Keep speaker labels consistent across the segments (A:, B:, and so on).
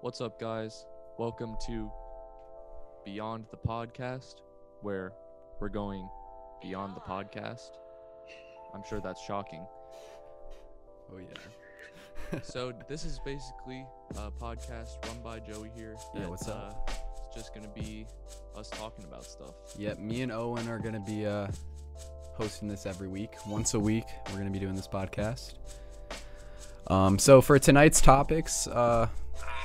A: What's up, guys? Welcome to Beyond the Podcast, where we're going beyond the podcast. I'm sure that's shocking.
B: Oh yeah.
A: So, this is basically a podcast run by Joey here.
B: Yeah,
A: that,
B: what's up?
A: Uh, it's just going to be us talking about stuff.
B: Yep. Me and Owen are gonna be uh, hosting this every week. Once a week, we're gonna be doing this podcast. Um, so for tonight's topics, uh,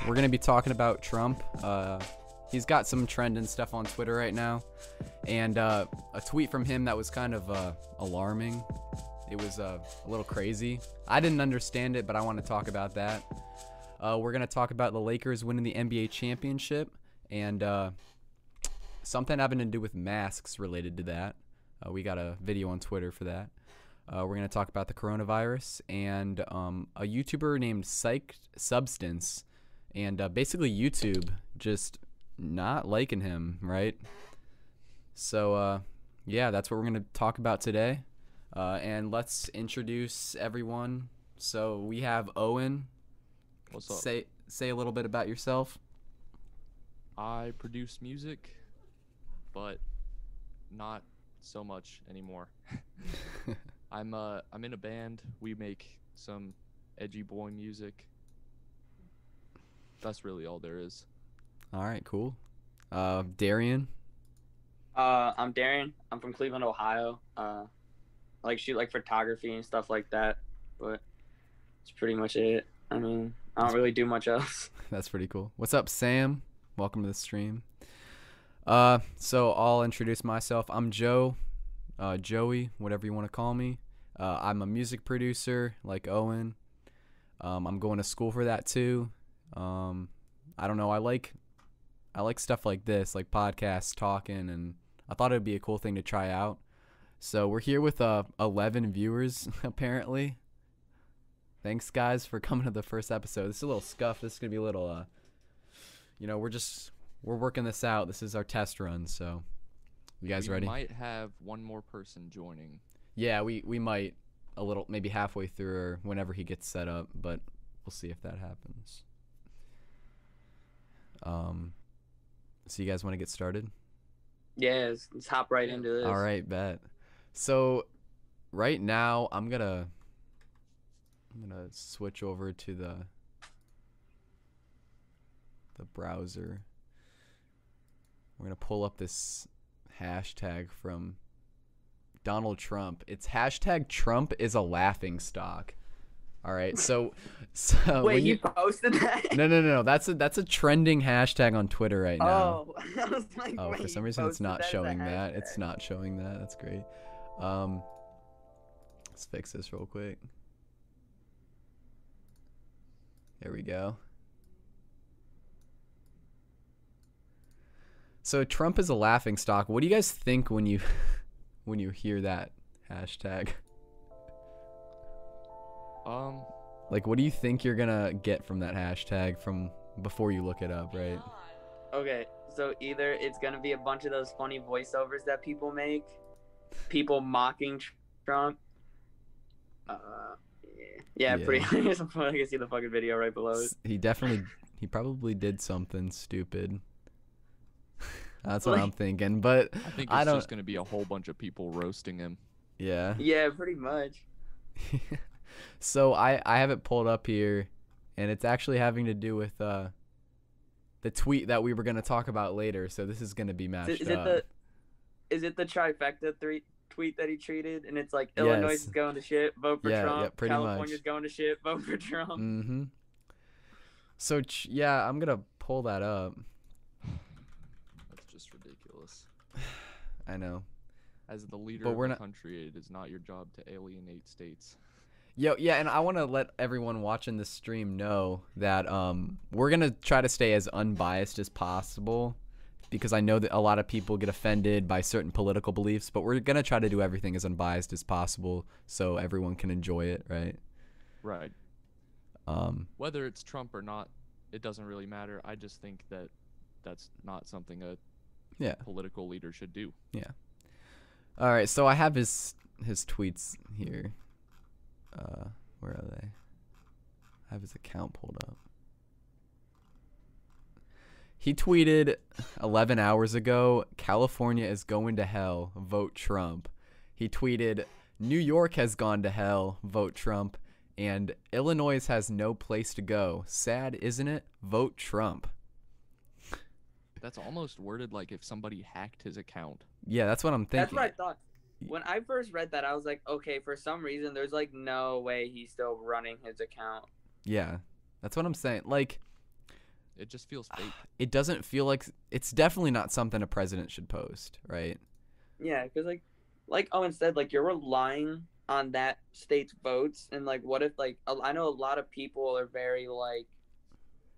B: we're gonna be talking about Trump. Uh, he's got some trending stuff on Twitter right now, and uh, a tweet from him that was kind of uh, alarming. It was uh, a little crazy. I didn't understand it, but I want to talk about that. Uh, we're gonna talk about the Lakers winning the NBA championship and uh, something having to do with masks related to that. Uh, we got a video on Twitter for that. Uh, we're going to talk about the coronavirus and um, a YouTuber named Psyched Substance. And uh, basically, YouTube just not liking him, right? So, uh, yeah, that's what we're going to talk about today. Uh, and let's introduce everyone. So we have Owen.
A: What's up?
B: Say say a little bit about yourself.
A: I produce music, but not so much anymore. I'm uh I'm in a band. We make some edgy boy music. That's really all there is.
B: All right, cool. Uh, Darian.
C: Uh, I'm Darren. I'm from Cleveland, Ohio. Uh, I like shoot like photography and stuff like that, but it's pretty much it. I mean, I don't really do much else.
B: That's pretty cool. What's up, Sam? Welcome to the stream. Uh, so I'll introduce myself. I'm Joe, uh, Joey, whatever you want to call me. Uh, I'm a music producer, like Owen. Um, I'm going to school for that too. Um, I don't know. I like, I like stuff like this, like podcasts, talking, and I thought it would be a cool thing to try out. So we're here with uh, 11 viewers apparently. Thanks guys for coming to the first episode. This is a little scuff. This is gonna be a little uh, you know, we're just we're working this out. This is our test run, so you guys
A: we
B: ready?
A: might have one more person joining.
B: Yeah, we we might a little maybe halfway through or whenever he gets set up, but we'll see if that happens. Um so you guys want to get started?
C: Yeah, let's, let's hop right into this.
B: All right, bet. So right now I'm gonna I'm gonna switch over to the the browser. We're gonna pull up this hashtag from Donald Trump. It's hashtag Trump is a laughing stock. All right, so so
C: Wait,
B: when
C: you, posted that?
B: no no no no that's a that's a trending hashtag on Twitter right now.
C: Oh, I was like,
B: Oh,
C: wait,
B: for some
C: you
B: reason it's
C: posted
B: not
C: that as a
B: showing that.
C: hashtag.
B: It's not showing that. That's great. Um, let's fix this real quick. There we go. So Trump is a laughing stock. What do you guys think when you when you hear that hashtag?
A: Um
B: Like what do you think you're going to get from that hashtag from before you look it up, right?
C: Okay, so either it's gonna be a bunch of those funny voiceovers that people make, people mocking Tr- Trump. Uh, yeah, yeah,
B: Yeah.
C: pretty. I can see the fucking video right below it.
B: S- He definitely, he probably did something stupid. That's what I'm thinking. But
A: I think it's
B: I don't.
A: just gonna be a whole bunch of people roasting him.
B: Yeah.
C: Yeah, pretty much.
B: so I I have it pulled up here, and it's actually having to do with uh, the tweet that we were gonna talk about later. So this is gonna be
C: Is
B: matched
C: it, is it
B: up.
C: the is it the trifecta three tweet that he treated? And it's like Illinois
B: Yes.
C: is going to shit, vote for
B: Yeah,
C: Trump.
B: yeah, pretty
C: California's
B: much.
C: going to shit, vote for Trump.
B: Mm-hmm. So ch- yeah, I'm gonna pull that up.
A: That's just ridiculous.
B: I know.
A: As the leader
B: But
A: of
B: we're
A: the
B: not-
A: country, it is not your job to alienate states.
B: Yo, yeah, and I want to let everyone watching this stream know that um, we're gonna try to stay as unbiased as possible, because I know that a lot of people get offended by certain political beliefs, but we're gonna try to do everything as unbiased as possible so everyone can enjoy it, right?
A: Right.
B: Um,
A: Whether it's Trump or not, it doesn't really matter. I just think that that's not something a
B: Yeah.
A: political leader should do.
B: all right, so I have his his tweets here. Uh, where are they? I have his account pulled up. He tweeted 11 hours ago, California is going to hell, vote Trump. He tweeted, New York has gone to hell, vote Trump. And Illinois has no place to go. Sad, isn't it? Vote Trump.
A: That's almost worded like if somebody hacked his account.
B: Yeah, that's what I'm thinking.
C: That's what I thought. When I first read that, I was like, okay, for some reason, there's like no way he's still running his account.
B: Yeah, that's what I'm saying. Like,
A: It just feels
B: Ah.
A: fake.
B: it doesn't feel like it's definitely not something a president should post, right?
C: Yeah, because like, like Owen said, like you're relying on that state's votes, and like, what if like a- I know a lot of people are very like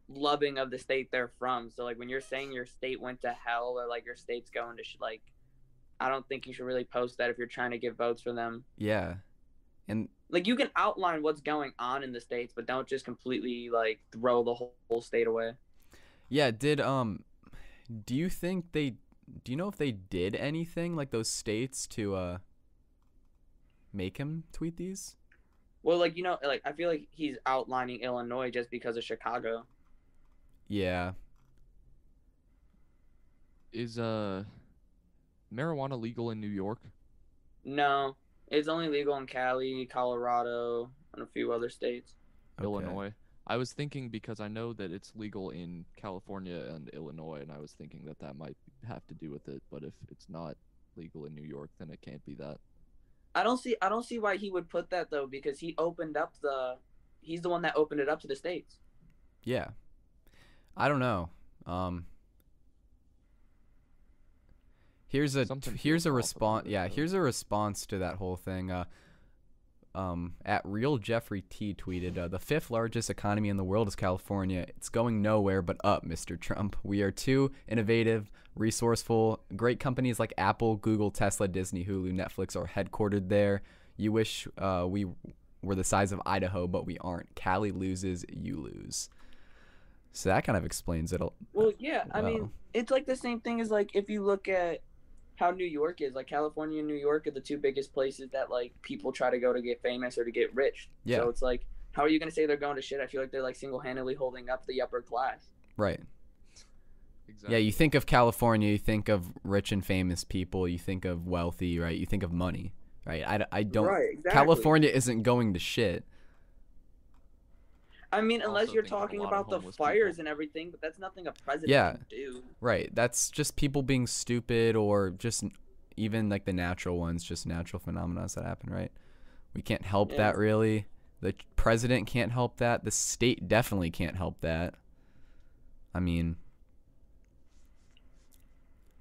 C: loving of the state they're from. So like, when you're saying your state went to hell or like your state's going to sh- like, I don't think you should really post that if you're trying to get votes for them.
B: Yeah. And
C: Like, you can outline what's going on in the states, but don't just completely like throw the whole, whole state away.
B: yeah, did um do you think they do you know if they did anything like those states to uh make him tweet these?
C: Well, like you know, like I feel like he's outlining Illinois just because of Chicago.
B: Yeah.
A: Is uh marijuana legal in New York?
C: No, it's only legal in Cali, Colorado, and a few other states.
B: okay.
A: Illinois. I was thinking because I know that it's legal in California and Illinois, and I was thinking that that might have to do with it. But if it's not legal in New York, then it can't be that.
C: I don't see I don't see why he would put that though because he opened up the he's the one that opened it up to the states.
B: Yeah. I don't know. Um Here's a
A: Something
B: here's
A: feels
B: a
A: off about
B: response.
A: it,
B: Yeah,
A: though.
B: here's a response to that whole thing. Uh, um, at real Jeffrey T tweeted, uh, "The fifth largest economy in the world is California. It's going nowhere but up, Mr. Trump. We are too innovative, resourceful. Great companies like Apple, Google, Tesla, Disney, Hulu, Netflix are headquartered there. You wish uh, we were the size of Idaho, but we aren't. Cali loses, you lose. So that kind of explains it. a- uh,
C: Well, yeah, I
B: Wow.
C: mean it's like the same thing as like if you look at how New York is like California and New York are the two biggest places that like people try to go to get famous or to get rich.
B: Yeah.
C: So it's like how are you gonna say they're going to shit? I feel like they're like single handedly holding up the upper class.
B: Right.
A: Exactly.
B: Yeah, you think of California, you think of rich and famous people, you think of wealthy, right? You think of money, right? I, I don't.
C: Right, exactly.
B: California isn't going to shit.
C: I mean, unless
A: Also
C: you're
A: think of a
C: talking
A: lot of
C: about the
A: homeless people.
C: fires and everything, but that's nothing a president
B: Yeah.
C: can do.
B: Right. That's just people being stupid or just n- even like the natural ones, just natural phenomena that happen, right? We can't help
C: Yeah.
B: that really. The ch- president can't help that. The state definitely can't help that. I mean,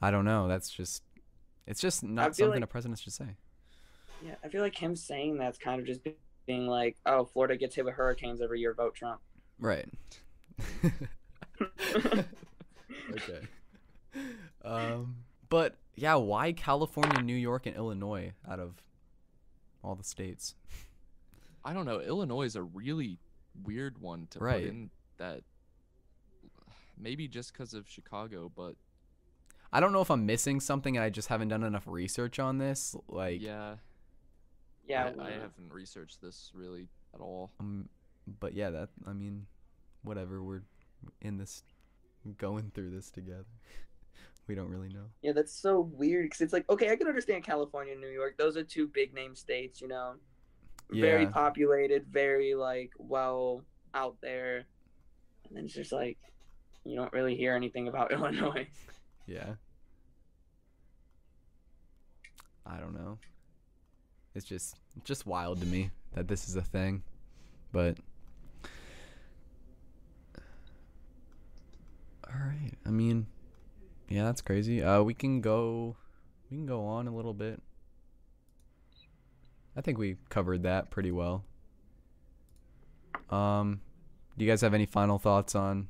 B: I don't know. That's just, it's just not
C: feel
B: something
C: like-
B: a president should say.
C: Yeah, I feel like him saying that's kind of just be- being like, "Oh, Florida gets hit with hurricanes every year. Vote Trump."
B: Right. okay. Um, but yeah, why California, New York, and Illinois out of all the states?
A: I don't know. Illinois is a really weird one to
B: Right.
A: put in that. Maybe just because of Chicago, but
B: I don't know if I'm missing something and I just haven't done enough research on this. Like,
A: yeah,
C: Yeah,
A: I, I
C: we-
A: haven't researched this really at all.
B: um, but yeah, that I mean, whatever. We're in this, going through this together. we don't really know.
C: yeah, that's so weird because it's like, okay, I can understand California and New York; those are two big name states, you know, very
B: Yeah.
C: populated, very like well out there, and then it's just like you don't really hear anything about Illinois.
B: Yeah. I don't know. It's just it's just wild to me that this is a thing. But All right. I mean, yeah, that's crazy. Uh we can go we can go on a little bit. I think we covered that pretty well. Um do you guys have any final thoughts on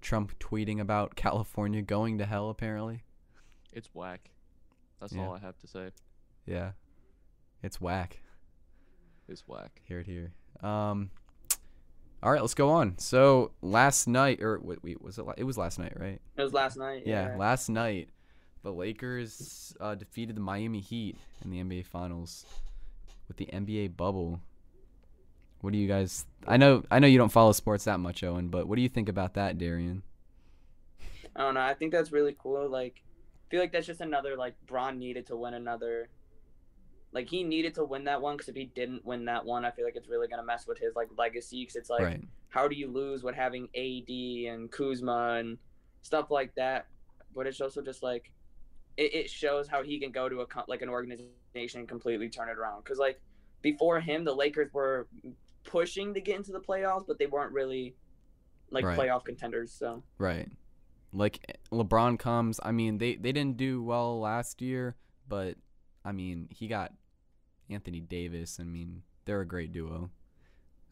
B: Trump tweeting about California going to hell apparently?
A: It's whack. That's
B: Yeah.
A: all I have to say.
B: Yeah. It's whack.
A: It's whack.
B: Hear it here. Um All right, let's go on. So, last night or wait, wait was it la- it was last night, right?
C: It was last night.
B: Yeah, last night the Lakers uh, defeated the Miami Heat in the NBA finals with the NBA bubble. What do you guys I know I know you don't follow sports that much, Owen, but what do you think about that, Darian?
C: I don't know. I think that's really cool. Like, I feel like that's just another like Braun needed to win another. Like he needed to win that one because if he didn't win that one, I feel like it's really gonna mess with his like legacy. Because it's like,
B: right.
C: how do you lose with having AD and Kuzma and stuff like that? But it's also just like, it, it shows how he can go to a co- like an organization and completely turn it around. Because like before him, the Lakers were pushing to get into the playoffs, but they weren't really like
B: Right.
C: playoff contenders. So
B: Right. Like eh, LeBron comes, I mean, they they didn't do well last year, but I mean, he got Anthony Davis. I mean, they're a great duo.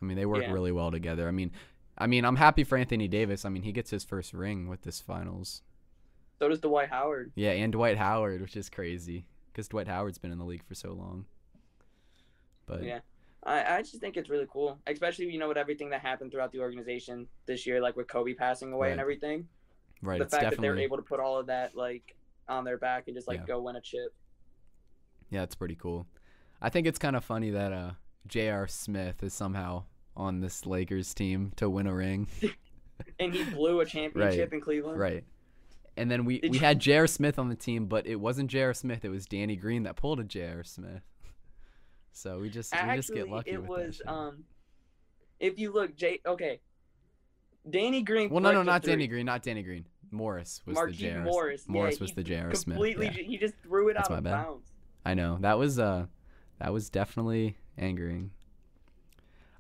B: I mean, they work
C: Yeah.
B: really well together. I mean, I mean, I'm happy for Anthony Davis. I mean, he gets his first ring with this finals.
C: so does Dwight Howard.
B: Yeah, and Dwight Howard, which is crazy cuz Dwight Howard's been in the league for so long. But
C: Yeah. I, I just think it's really cool, especially you know with everything that happened throughout the organization this year, like with Kobe passing away and
B: Right.
C: everything.
B: right,
C: the
B: it's
C: fact that
B: definitely
C: they're able to put all of that like on their back and just like
B: Yeah.
C: go win a chip.
B: Yeah, it's pretty cool. I think it's kind of funny that uh J.R. Smith is somehow on this Lakers team to win a ring.
C: And he blew a championship in Cleveland.
B: Right. And then we,
C: Did
B: we
C: you-
B: had J.R. Smith on the team, but it wasn't J.R. Smith, it was Danny Green that pulled a J.R. Smith. So we just we
C: Actually,
B: just get lucky
C: it
B: with
C: was
B: that. shit.
C: um if you look, Jay okay. Danny Green
B: well, no, no,
C: flicked a
B: not Danny
C: three.
B: Green, not Danny Green. Morris was
C: Marquise
B: the J.R.
C: Morris. Yeah,
B: Morris
C: he
B: was the J.R. Smith.
C: Completely
B: yeah.
C: ju- he just threw it
B: That's
C: out
B: my
C: of
B: bad.
C: bounds.
B: I know. That was uh that was definitely angering.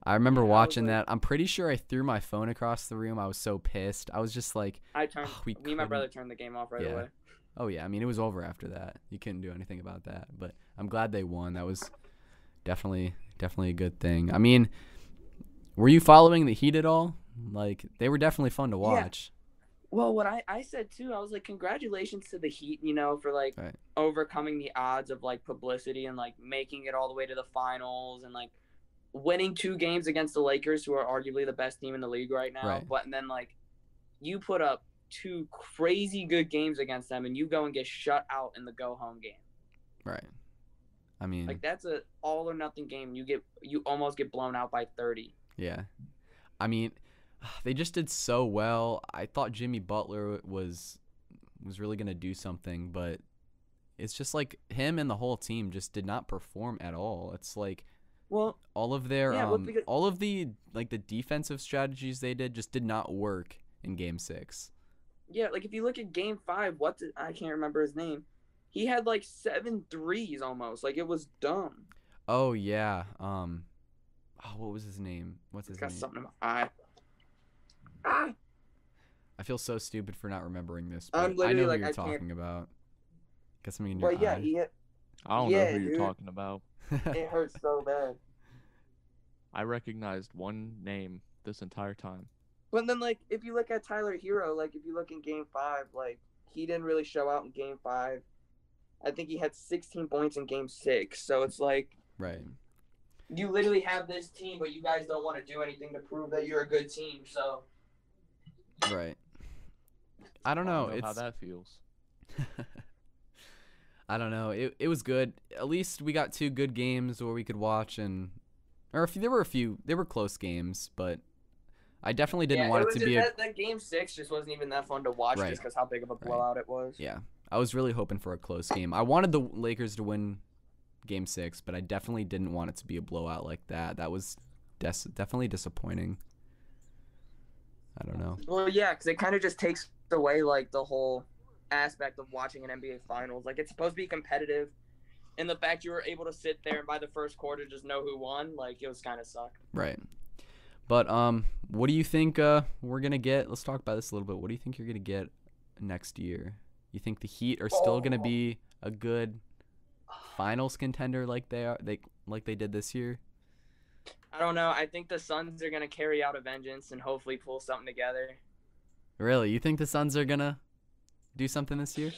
B: I remember
C: Yeah, I was
B: watching
C: like-
B: that. I'm pretty sure I threw my phone across the room. I was so pissed. I was just like,
C: I turned
B: Oh, we
C: me and my
B: couldn't-
C: brother turned the game off right
B: Yeah.
C: away.
B: "Oh yeah, I mean it was over after that. You couldn't do anything about that." But I'm glad they won. That was definitely definitely a good thing. I mean, were you following the Heat at all? Like they were definitely fun to watch.
C: Well, what I, I said too, I was like, congratulations to the Heat, you know, for like
B: Right.
C: overcoming the odds of like publicity and like making it all the way to the finals and like winning two games against the Lakers, who are arguably the best team in the league right now.
B: Right.
C: But and then like you put up two crazy good games against them and you go and get shut out in the go home game.
B: Right. I mean,
C: Like that's a all or nothing game. You get you almost get blown out by thirty.
B: Yeah. I mean, they just did so well. I thought Jimmy Butler was was really going to do something, but it's just like him and the whole team just did not perform at all. It's like
C: Well,
B: all of their
C: Yeah, well,
B: um,
C: because-
B: all of the like the defensive strategies they did just did not work in game 6.
C: Yeah, like if you look at game five, what did, I can't remember his name. He had like seven threes almost. Like it was dumb.
B: Oh yeah. Um oh, what was his name? What's
C: It's
B: his
C: got
B: name?
C: something in my eye. Ah,
B: I feel so stupid for not remembering this.
C: I'm
B: but I
C: literally
B: know
C: like,
B: who you're
C: I can't-
B: talking about. Got something in your
C: well, yeah,
B: eye.
C: he hit,
A: I don't know
C: Yeah,
A: who you're
C: dude.
A: talking about.
C: it hurts so bad.
A: I recognized one name this entire time.
C: But then, like, if you look at Tyler Hero, like, if you look in game five, like, he didn't really show out in game five. I think he had 16 points in game six. So it's like,
B: right.
C: you literally have this team, but you guys don't want to do anything to prove that you're a good team. So,
B: Right. I don't know.
A: I don't know how
B: it's
A: that feels.
B: I don't know. It it was good. At least we got two good games where we could watch and or if there were a few there were close games, but I definitely didn't
C: Yeah,
B: want it,
C: was
B: to
C: just
B: be a
C: that, that game six just wasn't even that fun to watch
B: Right.
C: just because how big of a blowout it was.
B: Yeah. I was really hoping for a close game. I wanted the Lakers to win game 6, but I definitely didn't want it to be a blowout like that. That was des- definitely disappointing. I don't know.
C: Well, yeah, because it kind of just takes away like the whole aspect of watching an NBA Finals. Like it's supposed to be competitive, and the fact you were able to sit there and by the first quarter just know who won, like it was kind of suck.
B: Right. But um, what do you think uh, we're gonna get? Let's talk about this a little bit. What do you think you're gonna get next year? You think the Heat are still gonna
C: Oh.
B: be a good finals contender like they are they like they did this year?
C: I don't know. I think the Suns are gonna carry out a vengeance and hopefully pull something together.
B: Really? You think the Suns are gonna do something this year?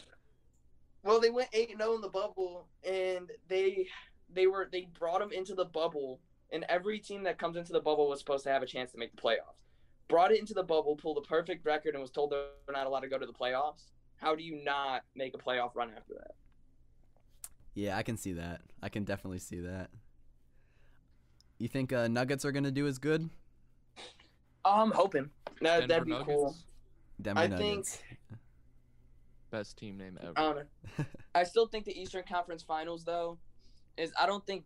C: Well, they went eight zero in the bubble, and they they were they brought them into the bubble, and every team that comes into the bubble was supposed to have a chance to make the playoffs. Brought it into the bubble, pulled a perfect record, and was told they're not allowed to go to the playoffs. How do you not make a playoff run after that?
B: Yeah, I can see that. I can definitely see that. You think uh, Nuggets are gonna do as good?
C: Oh, I'm hoping that
A: Denver
C: that'd be
A: Nuggets?
C: cool.
B: Denver
C: I think-
B: Nuggets.
A: Best team name ever.
C: I don't know. I still think the Eastern Conference Finals though is I don't think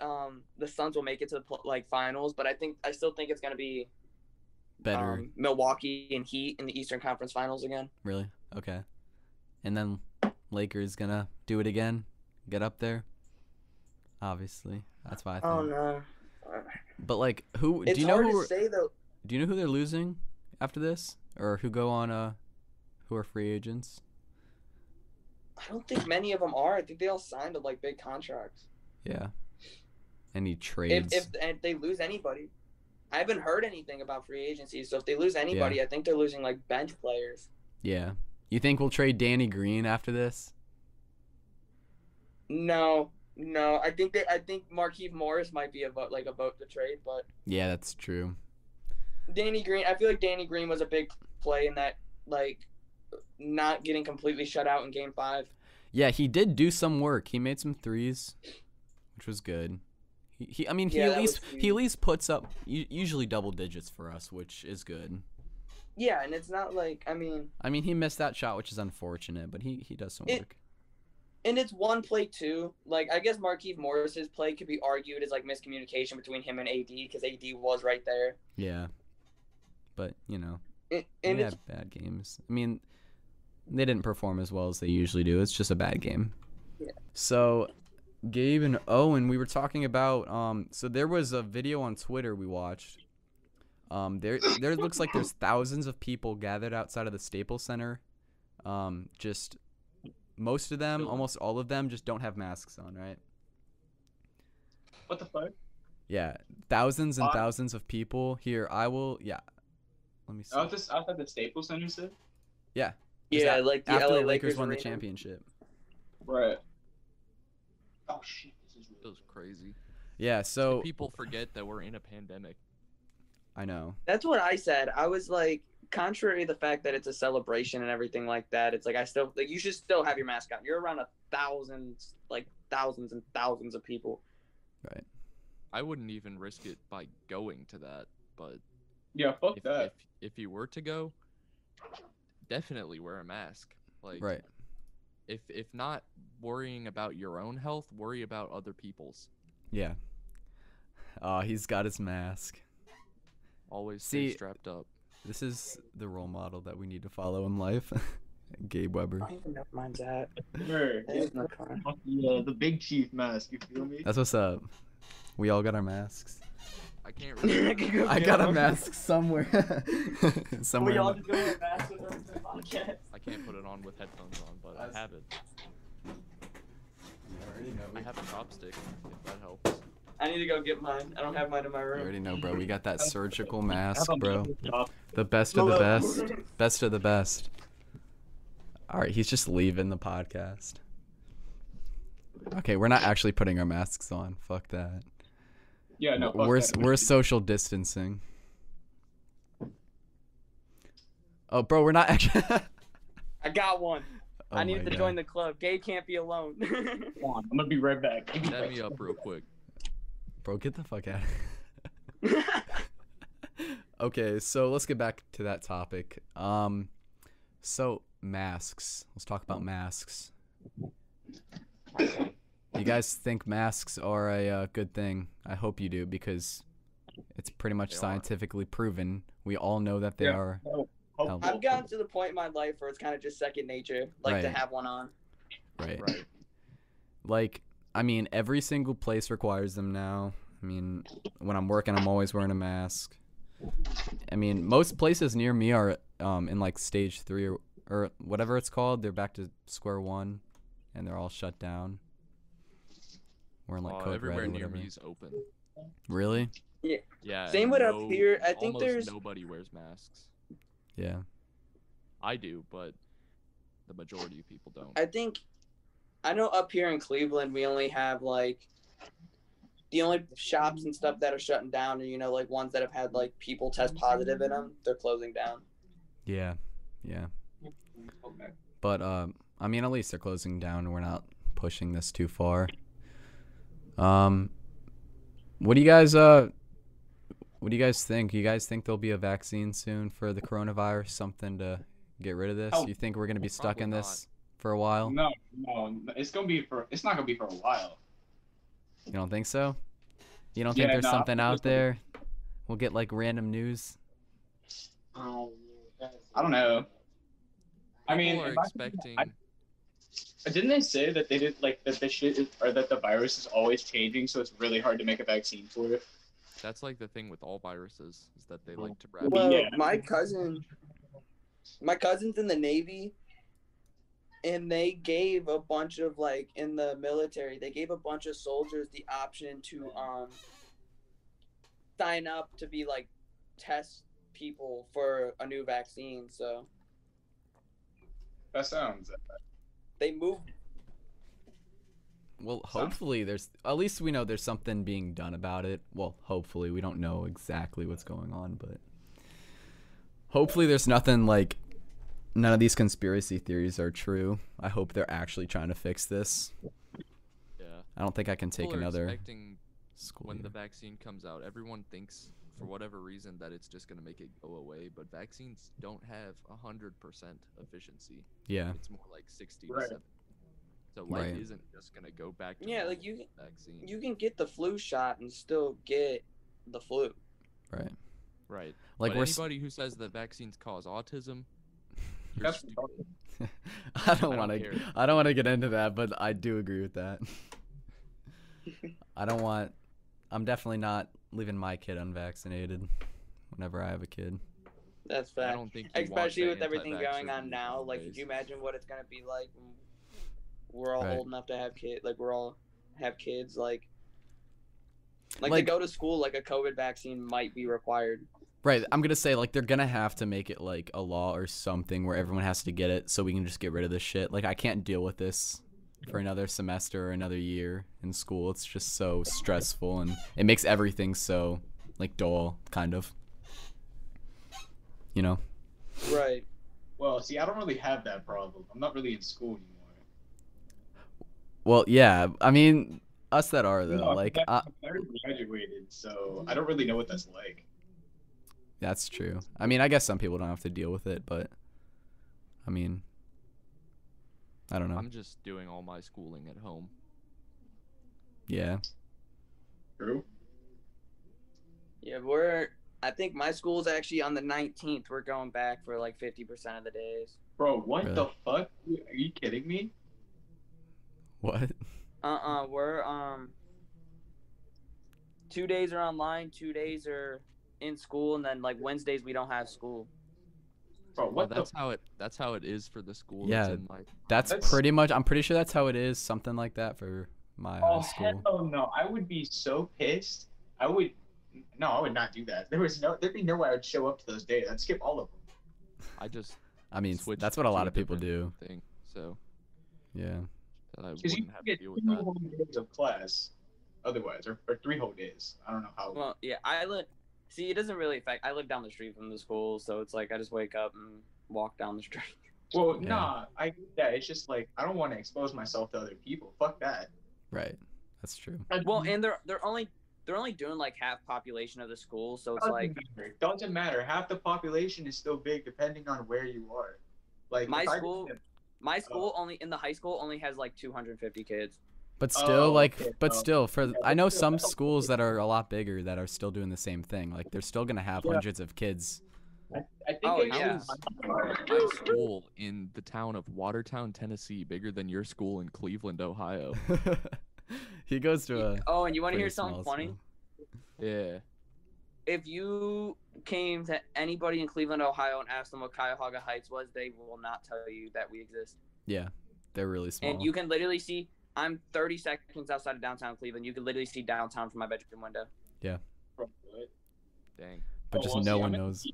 C: um, the Suns will make it to the pl- like finals, but I think I still think it's gonna be
B: Better,
C: um, Milwaukee and Heat in the Eastern Conference Finals again.
B: really? Okay. And then Lakers gonna do it again, get up there. Obviously, that's why I think.
C: Oh, no,
B: But like, who
C: it's
B: do Mm. you know?
C: hard
B: Who,
C: to say though.
B: do you know who they're losing after this, or who go on uh, who are free agents?
C: I don't think many of them are. I think they all signed to like big contracts.
B: Yeah. Any
C: If,
B: trades?
C: if and if they lose anybody, I haven't heard anything about free agency. So if they lose anybody, I think they're losing like bench players.
B: yeah. You think we'll trade Danny Green after this?
C: No, no, I think they. I think Marquise Morris might be a vote like a vote to trade, but
B: Yeah, that's true.
C: Danny Green. I feel like Danny Green was a big play in that, like, not getting completely shut out in Game Five.
B: Yeah, he did do some work. He made some threes, which was good. He, he I mean, he
C: Yeah,
B: at
C: that
B: least
C: was
B: he at least puts up u- usually double digits for us, which is good.
C: Yeah, and it's not like I mean,
B: I mean, he missed that shot, which is unfortunate, but he he does some
C: It-
B: work.
C: and it's one play too. Like I guess Marquise Morris's play could be argued as like miscommunication between him and AD because AD was right there,
B: Yeah. But, you know,
C: and,
B: they
C: and it's
B: have bad games. I mean, they didn't perform as well as they usually do. It's just a bad game.
C: Yeah.
B: So, Gabe and Owen, we were talking about. Um, so there was a video on Twitter we watched. Um, there, there looks like there's thousands of people gathered outside of the Staples Center. Um, just most of them, almost all of them, just don't have masks on, right?
D: What the fuck?
B: Yeah, thousands and
D: Uh,
B: thousands of people here. I will. Yeah, let me see.
D: Out this outside the Staples Center said?
B: Is
C: yeah,
B: that
C: like the
B: After
C: LA
B: the Lakers won the
C: arena.
B: championship.
D: Right. Oh shit, this is
A: It was crazy.
B: Yeah, so
A: People forget that we're in a pandemic.
B: I know.
C: That's what I said. I was like, contrary to the fact that it's a celebration and everything like that, it's like I still like you should still have your mask on. You're around a thousand, like thousands and thousands of people.
A: I wouldn't even risk it by going to that, but
D: Yeah, fuck
A: if,
D: that.
A: if if you were to go, definitely wear a mask. Like
B: Right.
A: if if not worrying about your own health, worry about other people's.
B: Yeah. Uh, he's got his mask.
A: Always stay
B: See-
A: strapped up.
B: This is the role model that we need to follow in life. Gabe Weber.
C: I don't even know what mine's at.
D: Sure.
C: It's in the car.
D: Fuck the, uh, the big chief mask, you feel me?
B: That's what's up. We all got our masks.
A: I can't
C: I
A: really
C: could go
B: I
C: get
B: got a
C: one.
B: mask somewhere. somewhere.
C: Oh,
D: we
B: in
D: all
B: the-
D: just go with masks with us in the podcast.
A: I can't put it on with headphones on, but
B: Us.
A: I have it.
B: I already know.
A: I have a chopstick if that helps.
C: I need to go get mine. I don't have mine in my
B: You
C: room.
B: already know, bro. We got that surgical
D: Have
B: mask,
D: a
B: bro.
D: mask job.
B: The best of the
D: Hello.
B: best. Best of the best. All right, he's just leaving the podcast. Okay, we're not actually putting our masks on. Fuck that.
D: Yeah, no. Fuck
B: we're
D: that.
B: we're social distancing. Oh, bro, we're not actually.
C: I got one.
B: Oh
C: I needed to join the club. Gabe can't be alone.
D: Come on, I'm gonna be right back. I'll be
A: Set
D: right
A: me up real quick.
B: Bro, get the fuck out. okay, so let's get back to that topic. Um, so masks. Let's talk about masks. You guys think masks are a uh, good thing? I hope you do because it's pretty much
A: They are.
B: scientifically proven. We all know that they
D: Yeah.
B: are.
D: No, helpful.
B: Help.
C: I've gotten to the point in my life where it's kind of just second nature, like to
B: Right.
C: have one on.
B: Right.
A: Right.
B: Like, I mean, every single place requires them now. I mean, when I'm working, I'm always wearing a mask. I mean, most places near me are um, in like stage three or, or whatever it's called. They're back to square one, and they're all shut down. We're in like
A: Uh,
B: code
A: everywhere
B: red or
A: near
B: whatever.
A: me is open.
B: Really?
A: Yeah.
C: Same
A: and
C: with up
A: no-
C: here. I think
A: almost
C: there's-
A: nobody wears masks.
B: Yeah.
A: I do, but the majority of people don't.
C: I think, I know up here in Cleveland, we only have like the only shops and stuff that are shutting down are, you know, like ones that have had like people test positive in them. They're closing down.
B: Yeah. Yeah.
D: Okay.
B: But um, I mean, at least they're closing down. We're not pushing this too far. Um, what do you guys uh, what do you guys think? You guys think there'll be a vaccine soon for the coronavirus? Something to Get rid of this?
D: Oh,
B: You think we're gonna be stuck
A: probably
B: in
A: not.
B: this for a while?
D: No, no, it's gonna be for. It's not gonna be for a while.
B: You don't think so? You don't think
D: Yeah,
B: there's
D: no,
B: something out
D: absolutely.
B: there? We'll get like random news.
A: Oh,
D: I don't know. I mean,
A: People are
D: if I-
A: expecting.
D: I- didn't they say that they did like that the shit is, or that the virus is always changing, so it's really hard to make a vaccine for it?
A: that's like the thing with all viruses is that they
D: Mm.
A: like to wrap.
D: Well,
C: Well,
D: Yeah.
C: my cousin, my cousin's in the Navy, and they gave a bunch of like in the military, they gave a bunch of soldiers the option to um sign up to be like test people for a new vaccine. So
D: That sounds.
C: they moved.
B: Well,
D: So-
B: hopefully there's at least we know there's something being done about it. Well, hopefully we don't know exactly what's going on, but hopefully there's nothing like none of these conspiracy theories are true. I hope they're actually trying to fix this.
A: yeah.
B: I don't think I can take
A: People are
B: another
A: Expecting
B: school.
A: when the
B: year.
A: vaccine comes out, everyone thinks for whatever reason that it's just going to make it go away, but vaccines don't have 100% efficiency.
B: yeah.
A: It's more like 60
D: Right.
A: to 70. So life
B: Right.
A: isn't just going to go back to
C: Yeah, like,
A: normal
C: you-
A: with vaccine.
C: You can get the flu shot and still get the flu.
B: Right.
A: right.
B: Like
A: but
B: we're s-
A: anybody who says that vaccines cause autism you're
D: That's
A: stupid.
B: I don't
A: I don't
B: want to.
A: care.
B: I don't want to get into that, but I do agree with that. I don't want. I'm definitely not leaving my kid unvaccinated. Whenever I have a kid,
C: That's
A: I
C: fact.
A: don't think you want
C: Especially
A: the
C: with everything going
A: anti-vaxxers
C: on
A: in
C: now,
A: these
C: like,
A: days.
C: could you imagine what it's gonna be like? when We're all
B: Right.
C: old enough to have kids. Like, we're all have kids. Like, like,
B: Like-
C: to go to school, like a COVID vaccine might be required.
B: right? I'm gonna say like they're gonna have to make it like a law or something where everyone has to get it, so we can just get rid of this shit. Like I can't deal with this for another semester or another year in school. It's just so stressful, and it makes everything so like dull, kind of. You know.
C: Right.
D: Well, see, I don't really have that problem. I'm not really in school anymore.
B: Well, yeah. I mean, us that are though,
D: No, I'm
B: like,
D: glad-
B: I,
D: I already graduated, so I don't really know what that's like.
B: that's true. I mean, I guess some people don't have to deal with it, but I mean, I don't know.
A: I'm just doing all my schooling at home.
B: Yeah,
D: True.
C: Yeah, we're. I think my school's actually on the 19th. We're going back for like 50% of the days.
D: Bro, what
B: Really?
D: the fuck? Are you kidding me?
B: what?
C: Uh-uh. We're um. Two days are online. Two days are in school, and then like Wednesdays we don't have school.
D: Bro,
A: Well,
D: what the
A: that's how it. That's how it is for the school.
B: Yeah.
A: That's in my,
B: That's,
D: That's-
B: pretty much. I'm pretty sure that's how it is. Something like that for my high
D: Oh
B: school.
D: hell no! I would be so pissed. I would no, I would not do that. There was no, there'd be no way I would show up to those days. I'd skip all of them.
A: I just
B: I mean,
A: switched
B: that's what a
A: to
B: lot of people do.
A: different thing. So
B: Yeah.
A: that I
D: Because you
A: wouldn't have to
D: get
A: deal
D: two
A: with that.
D: whole days of class, otherwise, or, or three whole days. I don't know how.
C: Well, yeah, I live. See, it doesn't really affect. I live down the street from the school, so it's like I just wake up and walk down the street.
D: Well,
B: Yeah.
D: nah, I get that. It's just like I don't want to expose myself to other people. Fuck that.
B: Right. That's true.
C: Well, and they're they're only they're only doing like half population of the school, so it's
D: doesn't
C: like
D: matter. doesn't matter. Half the population is still big, depending on where you are. Like
C: My
D: if I-
C: school- my school only in the high school only has like 250 kids.
B: But still,
D: Oh,
B: like,
D: okay,
B: but
D: well,
B: still, for
D: yeah,
B: I know
D: that's still-
B: some
D: that's
B: schools that are a lot bigger that are still doing the same thing. Like, they're still gonna have
D: Yeah.
B: hundreds of kids.
D: I think
C: Oh,
D: they-
C: yeah.
A: My school in the town of Watertown, Tennessee, bigger than your school in Cleveland, Ohio.
B: he goes to a.
C: Oh, and you want to
B: pretty
C: hear something
B: small
C: funny?
B: school.
A: Yeah.
C: If you came to anybody in Cleveland, Ohio, and asked them what Cuyahoga Heights was, they will not tell you that we exist.
B: Yeah, they're really small.
C: And you can literally see. I'm 30 seconds outside of downtown Cleveland. You can literally see downtown from my bedroom window.
A: Dang.
B: but just no one knows.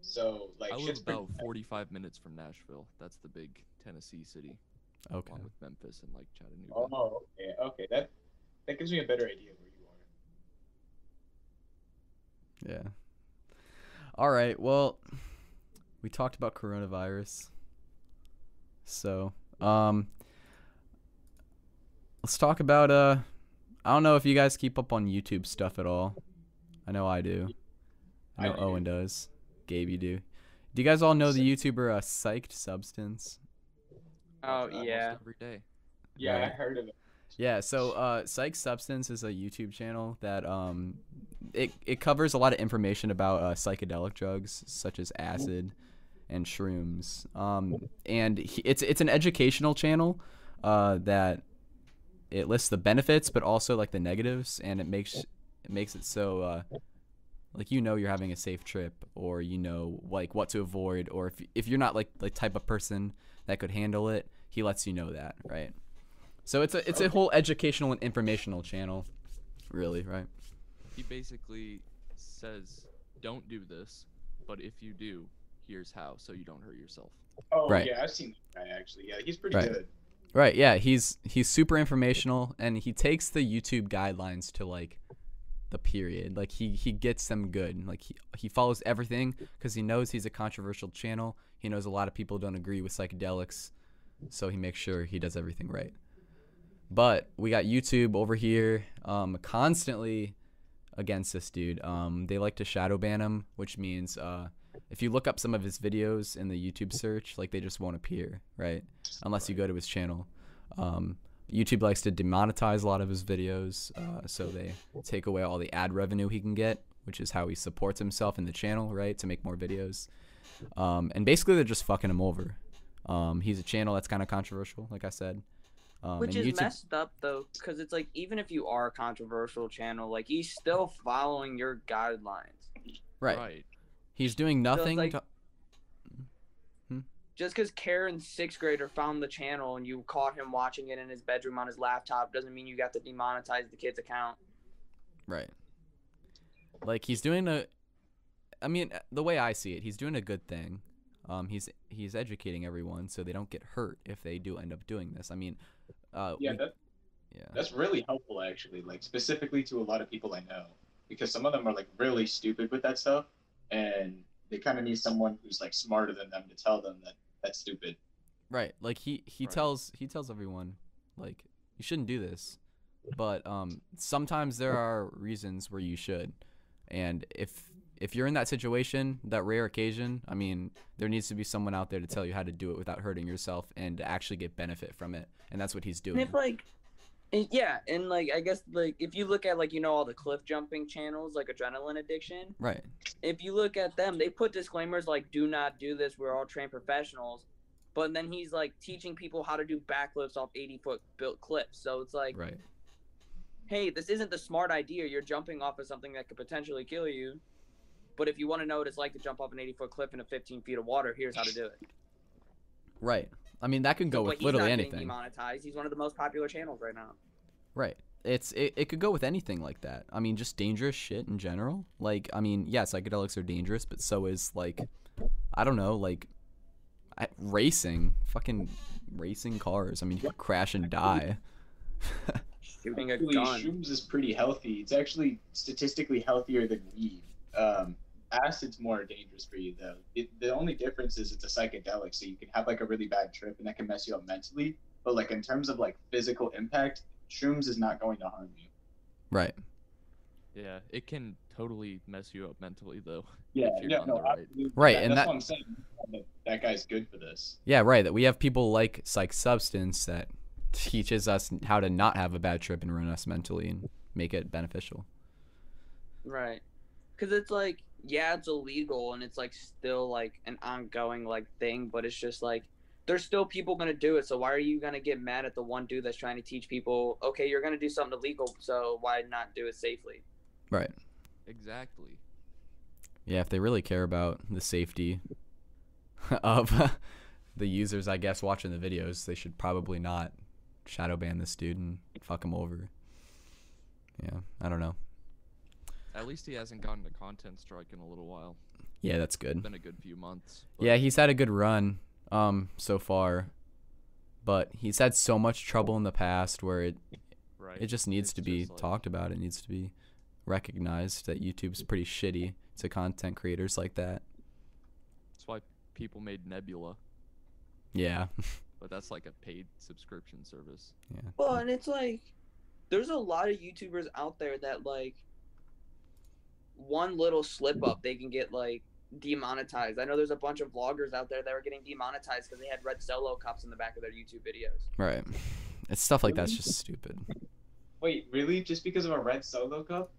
D: So like,
A: I live
D: shit's pretty
A: about 45 minutes from Nashville. That's the big Tennessee city,
B: Okay.
A: along with Memphis and like Chattanooga.
D: Oh, okay, okay. That that gives me a better idea of where you are.
B: Yeah. All right. Well, we talked about coronavirus. So, um let's talk about uh I don't know if you guys keep up on YouTube stuff at all. I know I do. I know
D: I do.
B: Owen does. Gabe, you do. Do you guys all know the YouTuber uh, Psyched Substance?
C: Oh
A: Watch that almost
C: yeah.
A: Every day.
D: Yeah, I
B: Right.
D: heard of it.
B: Yeah, so uh, Psych Substance is a YouTube channel that um, it it covers a lot of information about uh, psychedelic drugs such as acid and shrooms. Um, and he, it's it's an educational channel uh, that it lists the benefits but also like the negatives, and it makes it makes it so uh, like you know you're having a safe trip or you know like what to avoid or if if you're not like the type of person that could handle it, he lets you know that, right? So it's a it's a whole educational and informational channel, really, right?
A: He basically says, "Don't do this, but if you do, here's how, so you don't hurt yourself."
D: Oh
B: Right.
D: yeah, I've seen that guy actually. Yeah, he's pretty
B: Right.
D: good.
B: Right, yeah, he's he's super informational and he takes the YouTube guidelines to like the period. Like he he gets them good. Like he he follows everything cuz he knows he's a controversial channel. He knows a lot of people don't agree with psychedelics, so he makes sure he does everything right. But we got YouTube over here um constantly against this dude. Um they like to shadow ban him, which means uh if you look up some of his videos in the YouTube search, like they just won't appear, right? Unless you go to his channel. Um, YouTube likes to demonetize a lot of his videos, uh, so they take away all the ad revenue he can get, which is how he supports himself in the channel, right? To make more videos. Um, and basically, they're just fucking him over. Um, he's a channel that's kind of controversial, like I said. Um,
C: Which
B: and
C: is messed up though, because it's like even if you are a controversial channel, like he's still following your guidelines.
B: Right. He's doing
C: it's
B: nothing.
C: like-
B: to-
C: Just because Karen's sixth grader found the channel and you caught him watching it in his bedroom on his laptop doesn't mean you got to demonetize the kid's account.
B: Right. Like he's doing a I mean the way I see it, he's doing a good thing. Um he's he's educating everyone so they don't get hurt if they do end up doing this. I mean uh
D: Yeah,
B: we-
D: that,
B: yeah.
D: that's really helpful actually. Like specifically to a lot of people I know, because some of them are like really stupid with that stuff, and they kind of need someone who's like smarter than them to tell them that that's stupid.
B: Right. Like he he
A: Right.
B: tells he tells everyone like you shouldn't do this. But um sometimes there are reasons where you should. And if if you're in that situation, that rare occasion, I mean, there needs to be someone out there to tell you how to do it without hurting yourself and to actually get benefit from it. And that's what he's
C: And
B: doing.
C: if like, and yeah, and like I guess like if you look at like you know all the cliff jumping channels like Adrenaline Addiction,
B: Right.
C: if you look at them, they put disclaimers like "Do not do this. We're all trained professionals," but then he's like teaching people how to do backflips off eighty foot built cliffs. So it's like,
B: Right.
C: hey, this isn't the smart idea. You're jumping off of something that could potentially kill you. But if you want to know what it's like to jump off an 80 foot cliff into 15 feet of water, here's how to do it.
B: Right. I mean, that can go
C: but
B: with
C: he's
B: literally
C: not getting
B: anything.
C: Demonetized. He's one of the most popular channels right now.
B: Right. It's it, it could go with anything like that. I mean, just dangerous shit in general. Like, I mean, yeah, psychedelics are dangerous, but so is like, I don't know, like, I, racing, fucking racing cars. I mean, you could crash and die.
C: Shooting a
D: Actually,
C: gun.
D: shrooms is pretty healthy. It's actually statistically healthier than weed. Um, acid's more dangerous for you though. It, the only difference is it's a psychedelic, so you can have like a really bad trip, and that can mess you up mentally. But like in terms of like physical impact, shrooms is not going to harm you.
B: Right.
A: Yeah, it can totally mess you up mentally though.
D: Yeah,
A: If you're
D: yeah,
A: on
D: no,
A: the right.
D: absolutely.
B: Right,
D: That-
B: and
D: that's
B: that-
D: what I'm saying. That, that guy's good for this.
B: Yeah. Right. That we have people like psych substance that teaches us how to not have a bad trip and ruin us mentally and make it beneficial.
C: Right. Because it's like, yeah, it's illegal and it's like still like an ongoing like thing, but it's just like there's still people gonna do it. So why are you gonna get mad at the one dude that's trying to teach people? Okay, you're gonna do something illegal, so why not do it safely?
B: Right.
A: Exactly.
B: Yeah, if they really care about the safety of the users, I guess, watching the videos, they should probably not shadow ban this dude and fuck him over. Yeah, I don't know.
A: At least he hasn't gotten a content strike in a little while.
B: Yeah, that's
A: It's
B: good.
A: been a good few months. but
B: Yeah, he's had a good run um so far, but he's had so much trouble in the past where it
A: right.
B: it just needs
A: It's
B: to be
A: just like-
B: talked about. It needs to be recognized that YouTube's pretty shitty to content creators like that.
A: That's why people made Nebula,
B: Yeah.
A: but that's like a paid subscription service.
B: Yeah.
C: Well, and it's like there's a lot of YouTubers out there that like one little slip up they can get like demonetized. I know there's a bunch of vloggers out there that were getting demonetized because they had red solo cups in the back of their YouTube videos.
B: Right. It's stuff like that's just stupid.
D: Wait, really? Just because of a red solo cup?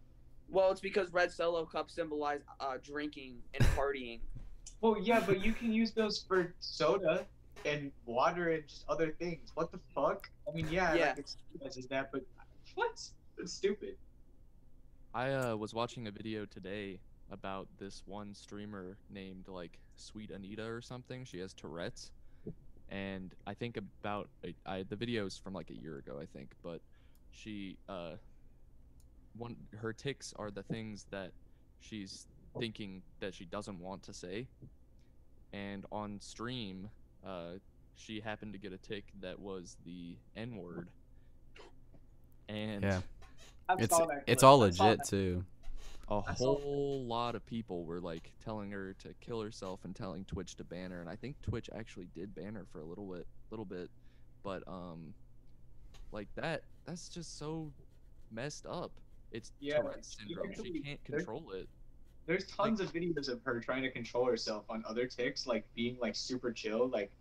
C: Well, it's because red solo cups symbolize uh, drinking and partying.
D: Well, yeah, but you can use those for soda and water and just other things. What the fuck? I mean, yeah,
C: Yeah.
D: like it's as is that, but what? That's stupid.
A: I uh, was watching a video today about this one streamer named like Sweet Anita or something. She has Tourette's, and I think about I, I the videos from like a year ago, I think, but she uh one her ticks are the things that she's thinking that she doesn't want to say, and on stream, uh, she happened to get a tick that was the N word, and.
B: Yeah.
D: I
B: It's
D: saw that
B: it's
D: clip.
B: all
D: I saw
B: legit
D: that.
B: too.
A: a
D: I saw-
A: whole lot of people were like telling her to kill herself and telling Twitch to ban her, and I think Twitch actually did ban her for a little bit, little bit, but um, like that, that's just so messed up. It's
D: Yeah,
A: Tourette's
D: it's-
A: syndrome. She
D: literally-
A: can't
D: they're-
A: control it.
D: There's tons of videos of her trying to control herself on other ticks, like being like super chill. Like,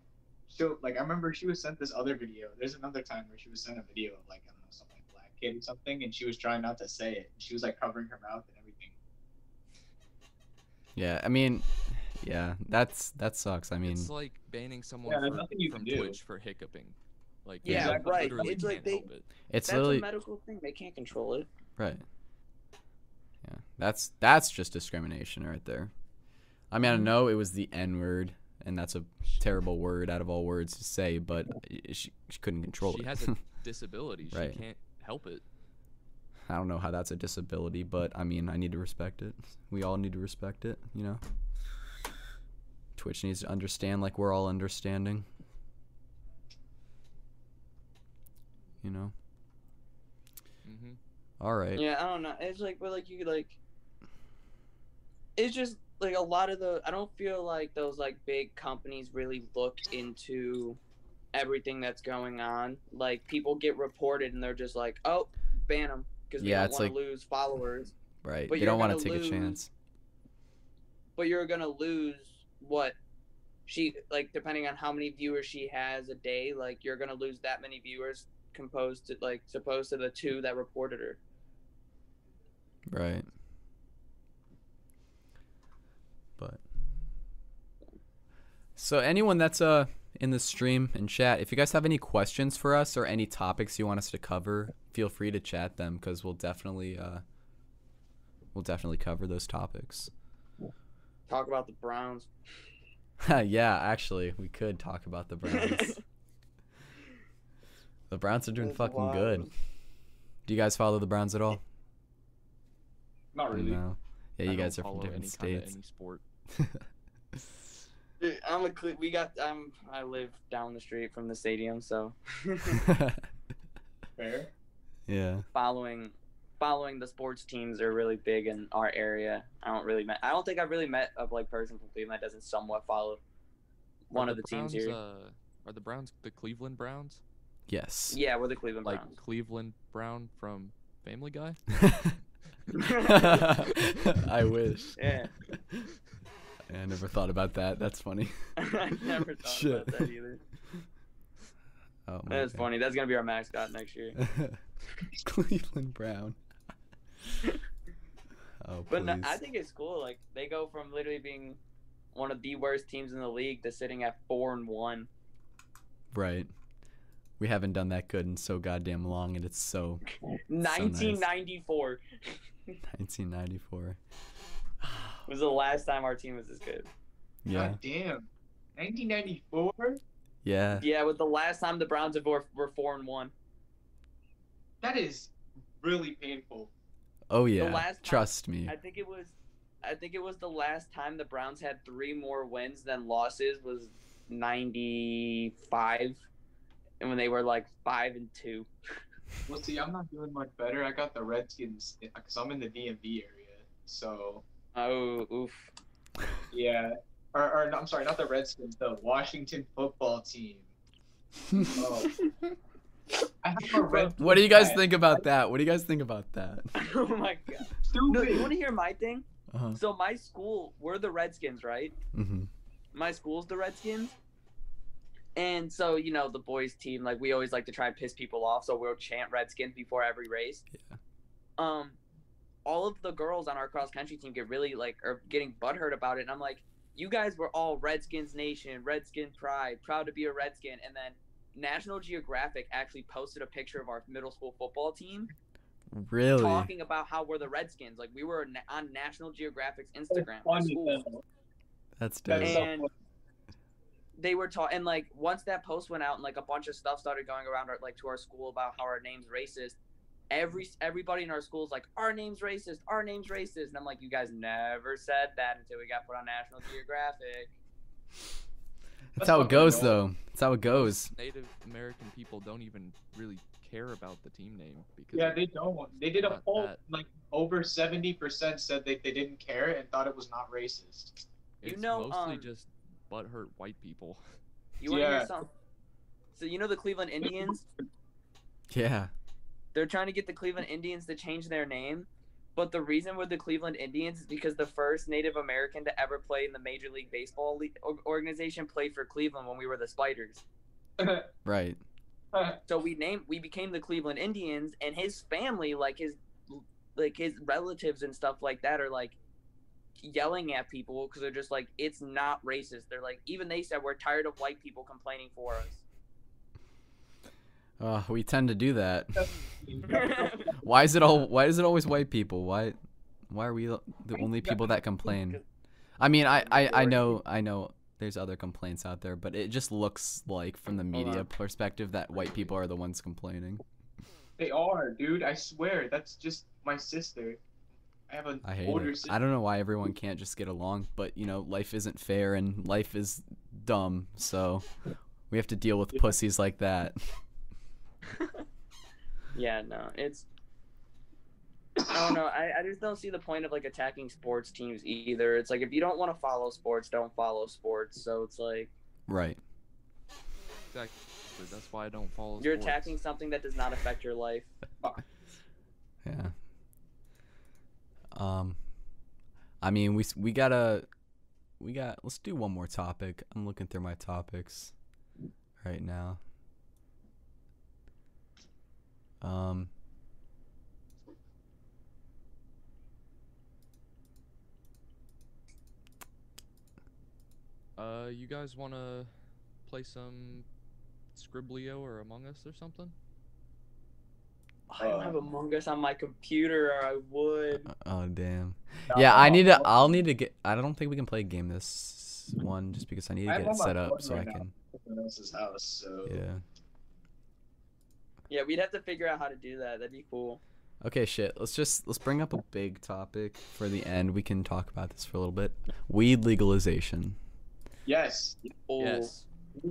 D: she'll like I remember she was sent this other video. There's another time where she was sent a video of like I don't know some like black kid or something, and she was trying not to say it. She was like covering her mouth and everything.
B: Yeah, I mean, yeah, that's that sucks. I mean,
A: it's like banning someone
D: Yeah, there's
A: from,
D: nothing you
A: from
D: can do.
A: Twitch for hiccuping. Like
C: Yeah,
A: they
D: Exactly. right.
A: literally
D: It's
C: like
A: can't
C: they-
A: help it.
B: it's
C: That's
B: literally
C: a medical thing. They can't control it.
B: Right. Yeah. That's that's just discrimination right there. I mean, I know it was the N word, and that's a terrible word out of all words to say, but i- she, she couldn't control
A: She
B: it.
A: has a disability. She
B: Right.
A: can't help it.
B: I don't know how that's a disability, but I mean, I need to respect it. We all need to respect it, you know. Twitch needs to understand, like we're all understanding. You know.
A: hmm
B: All right.
C: Yeah, I don't know. It's like, but like you like, it's just like a lot of the. I don't feel like those like big companies really look into everything that's going on. Like people get reported and they're just like, oh, ban them because we
B: Yeah,
C: don't
B: it's
C: want to
B: like-
C: lose followers.
B: Right.
C: But
B: they
C: you're
B: don't want
C: gonna
B: to take
C: lose-
B: a chance.
C: But you're gonna lose what she like depending on how many viewers she has a day. Like you're gonna lose that many viewers composed to like supposed to the two that reported her.
B: Right. But so anyone that's uh in the stream and chat, if you guys have any questions for us or any topics you want us to cover, feel free to chat them because we'll definitely uh we'll definitely cover those topics.
C: Talk about the Browns.
B: yeah, actually, we could talk about the Browns. the Browns are doing
C: That's
B: fucking
C: wild.
B: good. Do you guys follow the Browns at all?
D: Not really.
B: No. Yeah, you
A: I don't
B: guys are from
A: follow
B: different
A: any kinda
B: states.
A: any sport.
C: Dude, I'm a. Cle- We got. I'm. I live down the street from the stadium, so
D: Fair.
B: yeah.
C: following, following the sports teams are really big in our area. I don't really met. I don't think I've really met a like person from Cleveland that doesn't somewhat follow one
A: Are
C: of the teams
A: Browns,
C: here.
A: Uh, are the Browns the Cleveland Browns?
B: Yes.
C: yeah, we're the Cleveland
A: like
C: Browns.
A: Cleveland Brown from Family Guy.
B: I wish.
C: Yeah,
B: I never thought about that. That's funny.
C: I never thought
B: Shit.
C: about that either.
B: Oh my
C: That's
B: God.
C: funny. That's gonna be our mascot next year.
B: Cleveland Brown. Oh, please.
C: But no, I think it's cool. Like they go from literally being one of the worst teams in the league to sitting at four and one.
B: right. We haven't done that good in so goddamn long, and it's so
C: 1994
B: 1994.
C: was the last time our team was this good.
B: Yeah.
D: God damn. 1994.
B: Yeah.
C: Yeah, with the last time the Browns were, were four and one.
D: That is really painful.
B: Oh, yeah.
C: last time-
B: Trust me.
C: I think it was, I think it was the last time the Browns had three more wins than losses was ninety five, and when they were like five and two.
D: Well, see, I'm not doing much better. I got the Redskins because I'm in the DMV area. So
C: Oh, oof.
D: yeah, or, or no, I'm sorry, not the Redskins, the Washington Football Team. Oh. I have a red.
B: What do you guys think about that? What do you guys think about that?
C: oh my god.
D: Stupid.
C: No, you want to hear my thing?
B: Uh-huh.
C: So my school, we're the Redskins, right?
B: Mm-hmm.
C: my school's the Redskins. And so, you know, the boys team, like we always like to try and piss people off, so we'll chant Redskins before every race.
B: Yeah.
C: Um all of the girls on our cross country team get really like are getting butthurt about it. And I'm like, you guys were all Redskins Nation, Redskin Pride, proud to be a Redskin. And then National Geographic actually posted a picture of our middle school football team
B: Really?
C: talking about how we're the Redskins. Like we were na- on National Geographic's Instagram. our
D: Funny
C: school.
D: though.
B: That's dope.
D: That's so
C: And- they were taught and like once that post went out and like a bunch of stuff started going around our, like to our school about how our name's racist every everybody in our school's like our name's racist our name's racist and i'm like you guys never said that until we got put on national geographic
B: That's how it
D: fucking
B: goes,
D: dope.
B: though. That's how it goes.
A: Native American people don't even really care about the team name because
D: Yeah, they don't. They did a
A: Not
D: poll.
A: that.
D: Like over seventy percent said that they didn't care and thought it was not racist.
A: it's
C: you know,
A: mostly
C: um,
A: just butthurt white people.
C: you want to
D: Yeah.
C: hear something so you know the cleveland indians
B: Yeah.
C: they're trying to get the cleveland indians to change their name but the reason with the cleveland indians is because the first native american to ever play in the major league baseball league, organization played for cleveland when we were the spiders
B: Right.
C: So we named we became the Cleveland Indians, and his family, like his like his relatives and stuff like that, are like yelling at people because they're just like it's not racist. They're like even they said we're tired of white people complaining for us.
B: Uh, we tend to do that. Why is it all? Why is it always white people? Why? Why are we the only people that complain? I mean, I, I, I know, I know. There's other complaints out there, but it just looks like, from the media perspective, that white people are the ones complaining.
D: they are, dude. I swear. That's just my sister. I have an
B: I hate
D: older
B: it.
D: sister.
B: I don't know why everyone can't just get along, but you know, life isn't fair and life is dumb, so we have to deal with
D: Yeah.
B: pussies like that.
C: yeah, no, it's I don't know. I, I just don't see the point of like attacking sports teams either. It's like if you don't want to follow sports, don't follow sports. So it's like
B: Right.
A: Exactly. That's why I don't follow.
C: you're
A: sports.
C: attacking something that does not affect your life.
B: Yeah. Um, I mean, we s- we gotta we got. Let's do one more topic. I'm looking through my topics right now. Um.
A: Uh, you guys want to play some Scriblio or Among Us or something?
C: I
A: Uh,
C: don't have Among Us on my computer, or I would.
B: Oh damn.
D: Nah,
B: Yeah,
D: I'm
B: I
D: on
B: need to. uh,
D: my-
B: I'll need to get. I don't think we can play a game this one just because I need to
D: I'm
B: get
D: on
B: it
D: my
B: set up
D: phone
B: so I
D: right now.
B: can.
D: someone else's house. So
B: Yeah.
C: Yeah, we'd have to figure out how to do that. That'd be cool.
B: Okay, shit. Let's just let's bring up a big topic for the end. We can talk about this for a little bit. Weed legalization.
D: yes.
C: Oh,
A: Yes.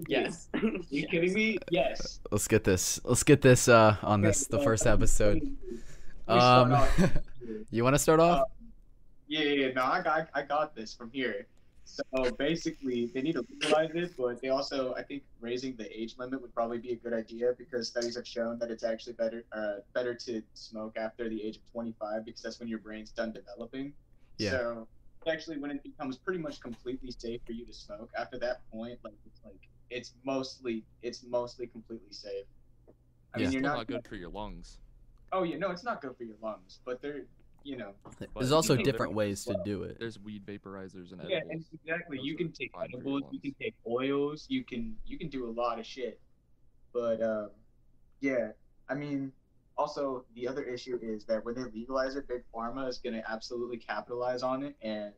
C: Yes.
D: You kidding me? Yes.
B: Let's get this. Let's get this uh on this the first episode.
D: We start
B: Um,
D: off-
B: you want to start
A: Uh,
B: off?
D: Yeah, yeah, yeah, no, I got, I got this from here. So basically, they need to legalize it, but they also, I think, raising the age limit would probably be a good idea because studies have shown that it's actually better, uh, better to smoke after the age of 25 because that's when your brain's done developing.
B: Yeah.
D: So actually, when it becomes pretty much completely safe for you to smoke, after that point, like it's like it's mostly, it's mostly completely safe. I
B: Yeah.
D: mean,
A: It's still
D: you're not.
A: not good for your lungs.
D: Oh yeah, no, it's not good for your lungs, but they're, you know,
A: but
B: There's
A: you
B: also
A: know,
B: different
D: there-
B: ways to do it.
A: There's weed vaporizers and
D: Yeah,
A: edibles.
D: and exactly.
A: Those
D: You
A: are
D: can take
A: fine for your
D: edibles, you
A: lungs.
D: can take oils, you can you can do a lot of shit. But um, yeah, I mean, also the other issue is that when they legalize it, big pharma is going to absolutely capitalize on it and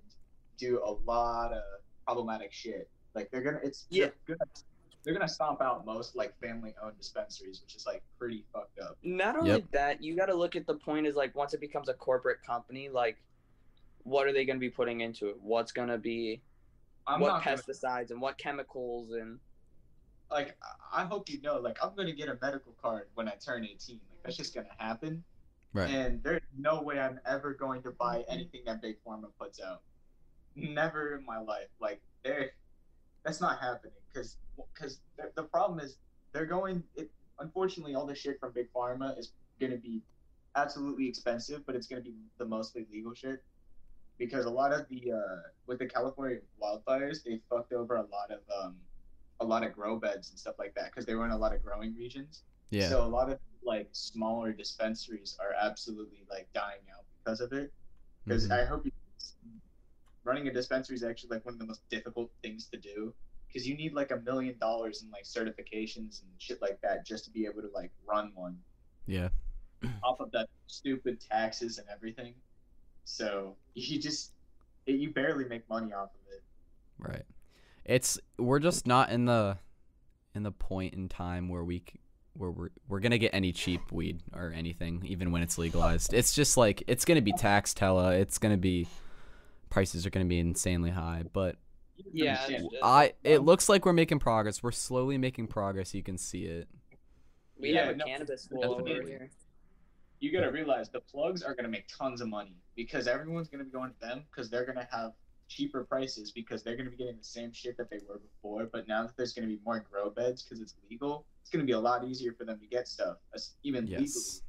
D: do a lot of problematic shit. Like they're gonna, it's
C: Yeah.
D: They're gonna, they're gonna stomp out most like family-owned dispensaries, which is like pretty fucked up.
C: Not only that, you got to look at the point is like once it becomes a corporate company, like what are they going to be putting into it? What's going to be
D: I'm
C: what
D: not gonna-
C: pesticides and what chemicals and
D: like I- I hope you know, like I'm gonna get a medical card when I turn 18. Like that's just gonna happen.
B: Right.
D: And there's no way I'm ever going to buy anything that Big Pharma puts out. Never in my life. Like there, that's not happening. Cause, cause the, the problem is they're going. It unfortunately all the shit from Big Pharma is gonna be absolutely expensive, but it's gonna be the mostly legal shit. because a lot of the uh, with the California wildfires, they fucked over a lot of um, a lot of grow beds and stuff like that because they were in a lot of growing regions.
B: Yeah.
D: So a lot of like smaller dispensaries are absolutely like dying out because of it. Because
B: Mhm.
D: I hope you, running a dispensary is actually like one of the most difficult things to do because you need like a million dollars in like certifications and shit like that just to be able to like run one
B: yeah.
D: off of that stupid taxes and everything. So you just it, you barely make money off of it.
B: Right. It's we're just not in the in the point in time where we c- where we're we're gonna get any cheap weed or anything, even when it's legalized. It's just like it's gonna be taxed hella. It's gonna be prices are gonna be insanely high. But
D: You don't
C: Yeah,
D: understand.
C: it's just-
B: I it looks like we're making progress. We're slowly making progress. You can see it.
C: we
D: Yeah,
C: have a
D: no,
C: cannabis school over
A: definitely.
C: here.
D: you gotta realize the plugs are gonna make tons of money because everyone's gonna be going to them because they're gonna have cheaper prices because they're gonna be getting the same shit that they were before. But now that there's gonna be more grow beds because it's legal, it's gonna be a lot easier for them to get stuff, as- even
B: Yes.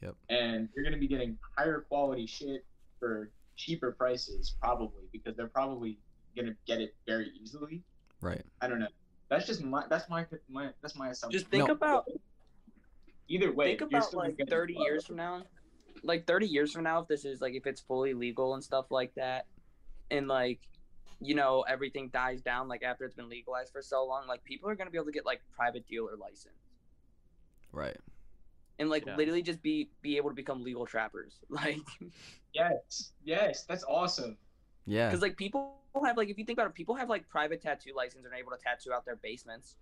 B: Yep.
D: legally. And you're gonna be getting higher quality shit for cheaper prices probably because they're probably gonna get it very easily.
B: Right.
D: I don't know. That's just my that's my my that's my assumption.
C: Just think
B: No.
C: about
D: Either way,
C: think
D: you're
C: about
D: still gonna
C: like
D: get it
C: 30
D: low.
C: years from now like 30 years from now if this is like if it's fully legal and stuff like that and like you know everything dies down like after it's been legalized for so long like people are going to be able to get like private dealer license
B: Right.
C: and like
A: Yeah.
C: literally just be be able to become legal trappers like
D: Yes, yes, that's awesome.
B: Yeah.
C: because like people have like if you think about it people have like private tattoo license and are able to tattoo out their basements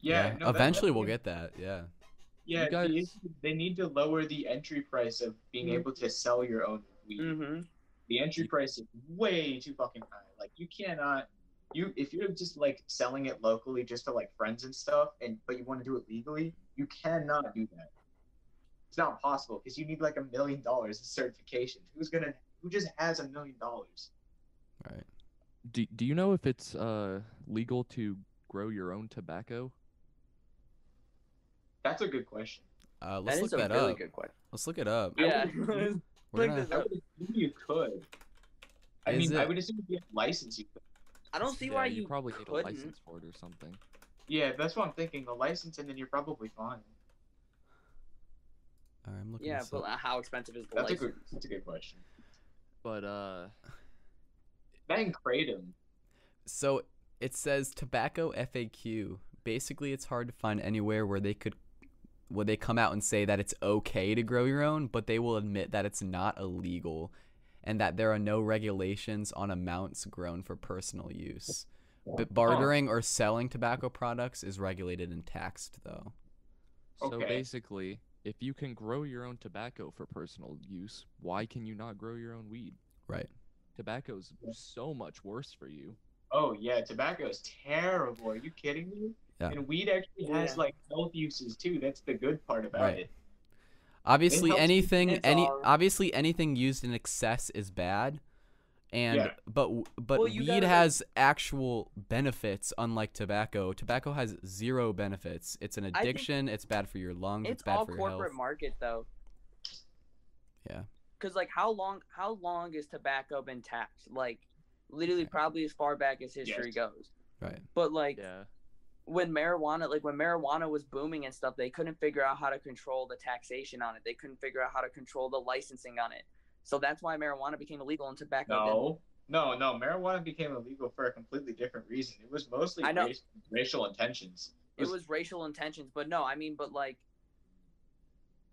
D: Yeah. no, that-
B: Eventually
D: that's-
B: we'll get that. Yeah.
D: Yeah,
A: You guys-
D: the issue- they need to lower the entry price of being
C: Mhm.
D: able to sell your own weed.
C: mm-hmm.
D: The entry price is way too fucking high. Like you cannot, you if you're just like selling it locally just to like friends and stuff, and but you want to do it legally, you cannot do that. It's not possible because you need like a million dollars in certification. Who's gonna? Who just has a million dollars?
B: Right.
A: Do, do you know if it's uh, legal to grow your own tobacco?
D: That's a good question.
B: Uh, let's
C: that
B: look
C: is a
B: that
C: really
B: up.
C: good question
B: Let's look it up.
C: yeah
B: We're
C: Look
B: gonna-
C: this
D: I
C: up.
D: would assume you could. I
B: Is
D: mean, I
B: it-
D: would assume if you have license, you could.
C: i don't see
A: Yeah,
C: why
A: you,
C: you
A: probably need
C: couldn't.
A: a license for it or something.
D: Yeah, that's what I'm thinking. A license, and then you're probably fine.
B: All right, I'm looking.
C: yeah
B: this
C: but
B: up.
C: uh, how expensive is the
D: That's a
C: license
D: good. That's a good question.
A: But uh,
D: Then kratom.
B: So it says tobacco FAQ. Basically, it's hard to find anywhere where they could where they come out and say that it's okay to grow your own, but they will admit that it's not illegal and that there are no regulations on amounts grown for personal use. But bartering or selling tobacco products is regulated and taxed though.
A: so
D: Okay.
A: basically, if you can grow your own tobacco for personal use, why can you not grow your own weed?
B: Right.
A: Tobacco's so much worse for you.
D: Oh yeah, tobacco is terrible. Are you kidding me?
B: Yeah.
D: And weed actually has
C: Yeah.
D: like health uses too. That's the good part about
B: Right.
D: it.
B: Obviously
D: helps-
B: anything
C: it's
B: any
C: all-
B: obviously anything used in excess is bad. And
D: Yeah.
B: but w- but
C: Well, you
B: weed
C: gotta-
B: has actual benefits unlike tobacco. Tobacco has zero benefits. It's an
C: think
B: addiction, it's bad for your lungs, it's,
C: it's
B: bad
C: all
B: for your
C: corporate
B: health.
C: market though
B: Yeah.
C: because like how long how long has tobacco been taxed like literally probably as far back as history
D: Yes.
C: goes
B: right.
C: but like
A: Yeah.
C: when marijuana like when marijuana was booming and stuff they couldn't figure out how to control the taxation on it they couldn't figure out how to control the licensing on it so that's why marijuana became illegal and tobacco didn't.
D: No, no, no. Marijuana became illegal for a completely different reason. It was mostly
C: I know.
D: rac- racial intentions.
C: it was racial intentions but no i mean but like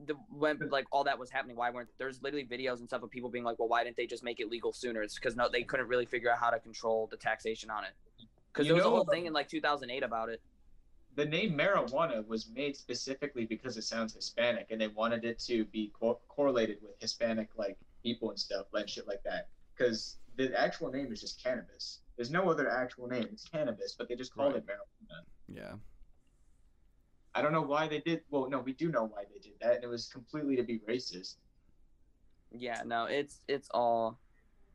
C: the when like all that was happening why weren't there's literally videos and stuff of people being like well why didn't they just make it legal sooner it's because no they couldn't really figure out how to control the taxation on it because
D: You
C: there was a
D: know,
C: whole thing in like 2008 about it
D: The name marijuana was made specifically because it sounds Hispanic, and they wanted it to be co- correlated with Hispanic like people and stuff, like shit like that. Because the actual name is just cannabis. There's no other actual name. It's cannabis, but they just called it marijuana.
B: Yeah.
D: I don't know why they did. Well, no, we do know why they did that, and it was completely to be racist.
C: yeah no it's it's all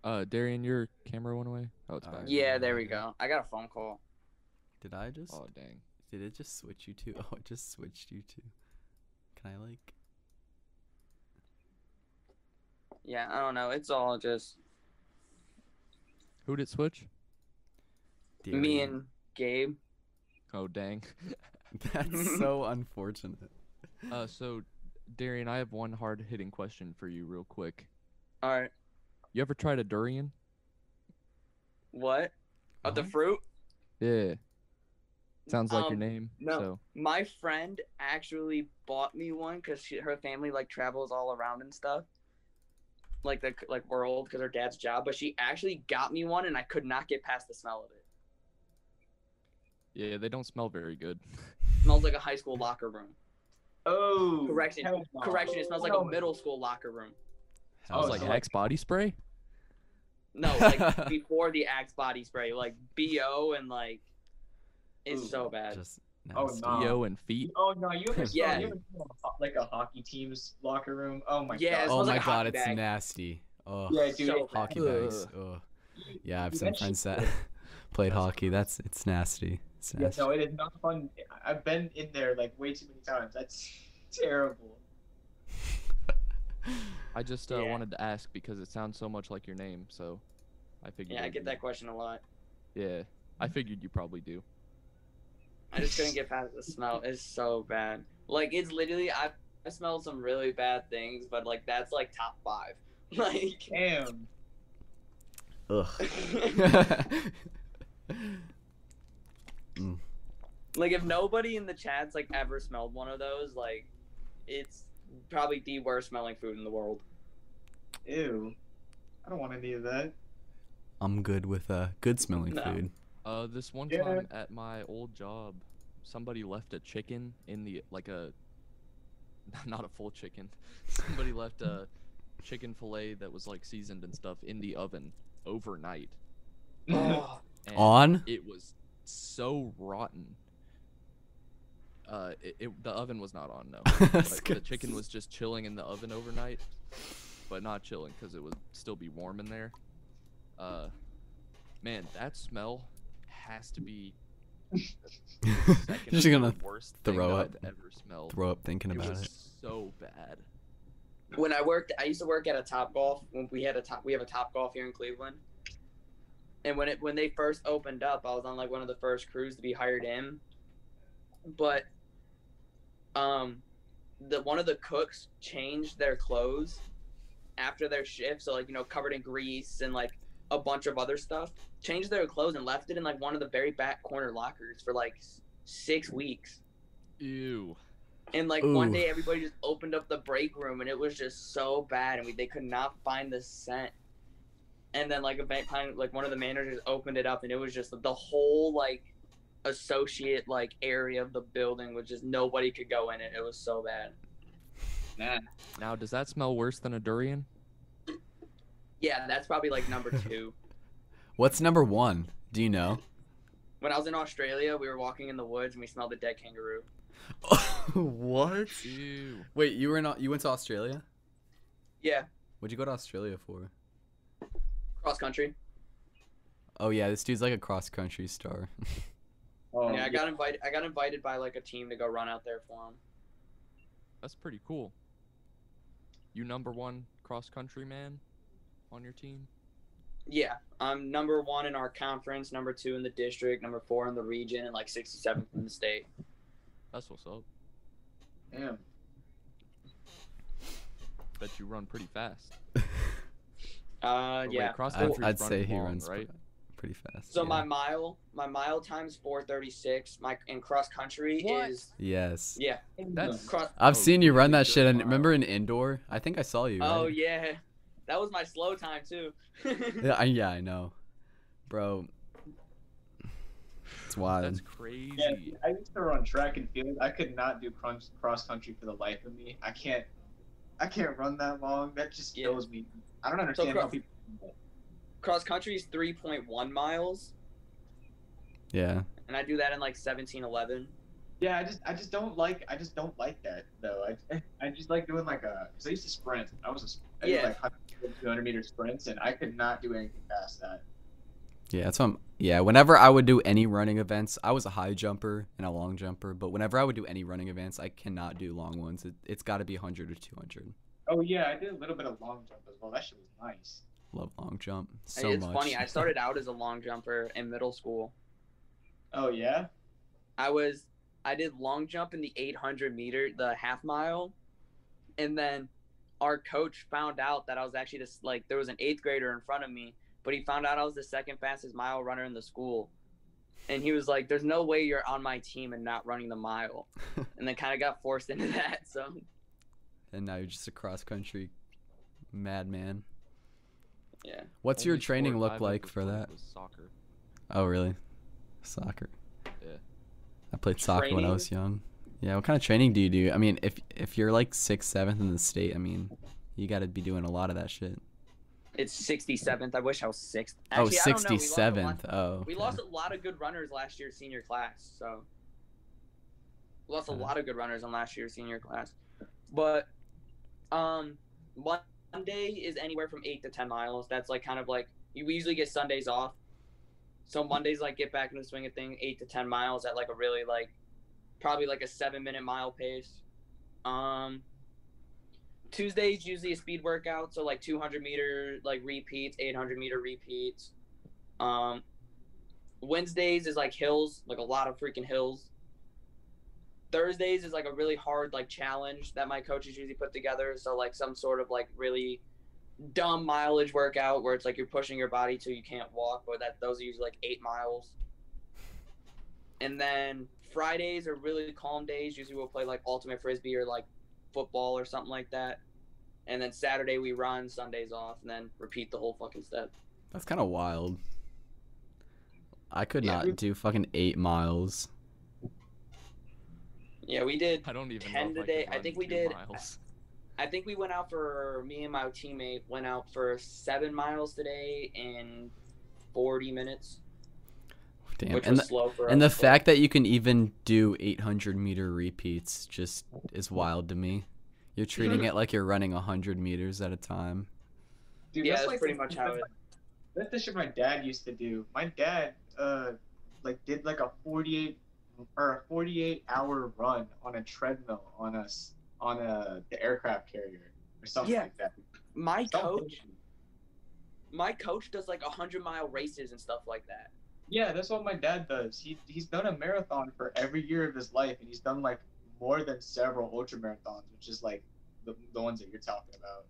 A: Uh, Darian, your camera went away. Oh, it's
B: Uh,
A: back.
C: yeah there we go i got a phone call
B: Did I just
A: Oh dang.
B: did it just switch you to? Oh, it just switched you to. Can I like
C: yeah i don't know it's all just
A: Who'd it switch?
C: Me and Gabe.
A: Oh dang.
B: That's so unfortunate.
A: Uh, so, Darian, I have one hard hitting question for you, real quick.
C: All right.
A: You ever tried a durian?
C: What? Of the fruit?
A: Yeah. Sounds like your
C: Um,
A: name.
C: no.
A: So,
C: My friend actually bought me one because her family like travels all around and stuff, like the like world because her dad's job. But she actually got me one, and I could not get past the smell of it.
A: yeah, they don't smell very good.
C: smells like a high school locker room.
D: Oh,
C: Correction.
D: hell no. Oh,
C: Correction, it smells like
D: No.
C: a middle school locker room.
A: I was
D: Oh,
A: like,
D: so like-
A: Axe body spray?
C: No, like before the Axe body spray, like BO and like it's
D: Ooh,
C: so bad.
B: just
D: Oh,
B: nasty.
C: Uh,
D: no.
A: Yo and feet.
D: Oh no, you ever
C: Yeah.
D: yeah. you ever seen a ho- like a hockey team's locker room? Oh my
C: Yeah, it
D: god.
B: Oh
C: smells
B: my
C: like a
B: god,
C: hockey
B: it's
C: bag.
B: nasty. Oh,
D: yeah, dude.
C: so
D: it-
C: bad.
B: hockey bags. Ugh.
D: you-
B: Yeah, I have
D: dude,
B: some
D: that shit-
B: friends that played hockey. That's it's nasty. It's
D: Yeah,
B: nasty.
D: no, it is not fun. I- I've been in there like way too many times. That's terrible.
A: I just uh,
C: Yeah.
A: wanted to ask because it sounds so much like your name, so I figured.
C: Yeah, I
A: it'd
C: get
A: be-
C: that Mhm. question a lot.
A: Yeah, I figured you probably do.
C: I just couldn't get past the smell. It's so bad. Like it's literally I I smelled some really bad things, but like that's like top five. Like
D: Damn.
B: Ugh.
C: like if nobody in the chat's like ever smelled one of those, like it's probably the worst smelling food in the world.
D: Ew. I don't want any of that.
B: I'm good with uh good smelling
C: No.
B: food.
A: Uh, this one
D: Yeah.
A: time at my old job, somebody left a chicken in the like a, not a full chicken. Somebody left a chicken fillet that was like seasoned and stuff in the oven overnight.
C: Oh,
A: And
B: On?
A: It was so rotten. Uh, it, it the oven was not on no.
B: That's
A: Like, the
B: good.
A: chicken was just chilling in the oven overnight, but not chilling because it would still be warm in there. Uh, man, that smell has to be the second
B: Just
A: or
B: gonna
A: worst
B: throw
A: thing that
B: up.
A: I've ever smelled.
B: throw up thinking
A: it
B: about
A: was
B: it.
A: so bad.
C: when I worked, I used to work at a Top Golf when we had a top. We have a Top Golf here in Cleveland. And when it when they first opened up, I was on like one of the first crews to be hired in. But, um, the one of the cooks changed their clothes after their shift, so like you know covered in grease and like a bunch of other stuff. Changed their clothes and left it in like one of the very back corner lockers for like s- six weeks.
A: Ew.
C: And like one
B: Ooh.
C: day, everybody just opened up the break room, and it was just so bad, and we, they could not find the scent. And then like a bank, kind of, like one of the managers opened it up, and it was just the whole like associate like area of the building was just nobody could go in it. It was so bad.
D: Nah.
A: Now, does that smell worse than a durian?
C: Yeah, that's probably like number two.
B: What's number one? Do you know?
C: when I was in Australia, we were walking in the woods, and we smelled a dead kangaroo.
B: what?
A: Ew.
B: Wait, you were in Au- you went to Australia?
C: Yeah,
B: What'd you go to Australia for?
C: cross country.
B: Oh yeah, this dude's like a cross country star.
D: Oh,
C: yeah, I got invited. I got invited by like a team to go run out there for them.
A: That's pretty cool. You number one cross country man on your team?
C: Yeah, I'm number one in our conference, number two in the district, number four in the region, and like 67th in the state.
A: That's what's up.
D: Damn.
A: Bet you run pretty fast.
C: Uh,
A: Or wait,
C: yeah.
A: cross
B: I'd,
A: country's
B: I'd say
A: running
B: he
A: long,
B: runs
A: right.
B: pre- pretty fast.
C: So
B: yeah.
C: my mile, my mile times 436. My in cross country
A: What?
C: is
B: yes.
C: yeah.
A: That's
C: Cross.
B: I've
A: Oh,
B: seen you run
A: really
B: that
A: good
B: shit. And
A: mile.
B: remember in indoor? I think I saw you.
C: Oh
B: right?
C: yeah, that was my slow time too.
B: yeah. I, yeah, I know, bro. It's wild.
A: That's crazy.
D: Yeah, I used to run track and field. I could not do crunch, cross country for the life of me. I can't. I can't run that long. That just
C: Yeah.
D: kills me. I don't understand how
C: cross-
D: people.
C: cross country is 3.1 miles,
B: yeah.
C: and I do that in like 1711.
D: Yeah, I just, I just don't like, I just don't like that though. I, I just like doing like a, cause I used to sprint. I was a, sp- I did
C: Yeah.
D: like 100, 200 meter sprints, and I could not do anything past that.
B: Yeah, that's what I'm. Yeah, whenever I would do any running events, I was a high jumper and a long jumper, but whenever I would do any running events, I cannot do long ones. It, it's got to be 100 or 200.
D: Oh yeah, I did a little bit of long jump as well. That shit was nice.
B: Love long jump so
C: it's
B: much.
C: funny. I started out as a long jumper in middle school.
D: Oh yeah.
C: I was I did long jump in the 800 meter, the half mile, and then our coach found out that I was actually just like there was an eighth grader in front of me, but he found out I was the second fastest mile runner in the school, and he was like, "There's no way you're on my team and not running the mile," and then kind of got forced into that. So
B: and now you're just a cross country madman.
C: yeah,
B: What's your
A: Only
B: training
A: sport
B: look
A: I've
B: like
A: ever
B: for
A: played
B: that?
A: was soccer.
B: Oh, really? Soccer.
A: Yeah.
B: I played soccer when I
D: Training?
B: was young. Yeah. What kind of training do you do? I mean, if if you're like sixth, seventh in the state, I mean, you got to be doing a lot of that shit.
C: it's 67th. I wish I was sixth.
B: Oh,
C: Actually, I don't know. We lost a lot-
B: 67th. Oh.
C: We
B: okay.
C: lost a lot of good runners last year's senior class, so we lost a
B: Okay.
C: lot of good runners in last year's senior class. But um Monday is anywhere from eight to ten miles. That's like kind of like we usually get Sundays off. So Mondays like get back in the swing of things, eight to ten miles at like a really like probably like a seven minute mile pace. Um Tuesdays usually a speed workout, so like 200 meter like repeats, 800 meter repeats. Um, Wednesdays is like hills, like a lot of freaking hills. Thursdays is like a really hard like challenge that my coaches usually put together. So like some sort of like really dumb mileage workout where it's like you're pushing your body till you can't walk, but that those are usually like eight miles. And then Fridays are really calm days. Usually we'll play like ultimate frisbee or like football or something like that. And then Saturday we run, Sundays off, and then repeat the whole fucking step.
B: That's kind of wild. I could
D: Yeah.
B: not do fucking eight miles.
C: Yeah, we did
A: I don't even know. if
C: 10
A: I could
C: today. I
A: run
C: think we
A: two
C: did-
A: Miles.
C: I think we went out for me and my teammate went out for seven miles today in forty minutes,
B: Damn.
C: which
B: And
C: was
B: the,
C: slow for
B: and the
C: us. but-
B: fact that you can even do 800 meter repeats just is wild to me. You're treating it like you're running 100 meters at a time.
D: Dude,
C: yeah,
D: that's,
C: that's
D: like
C: pretty
D: the-
C: much how it.
D: That's the shit my dad used to do. My dad, uh, like did like a forty-eight or a forty-eight hour run on a treadmill on us on a the aircraft carrier or something
C: Yeah.
D: like that.
C: My
D: Something-
C: coach, my coach does like hundred mile races and stuff like that.
D: Yeah, that's what my dad does. He he's done a marathon for every year of his life, and he's done like more than several ultra marathons, which is like the, the ones that you're talking about.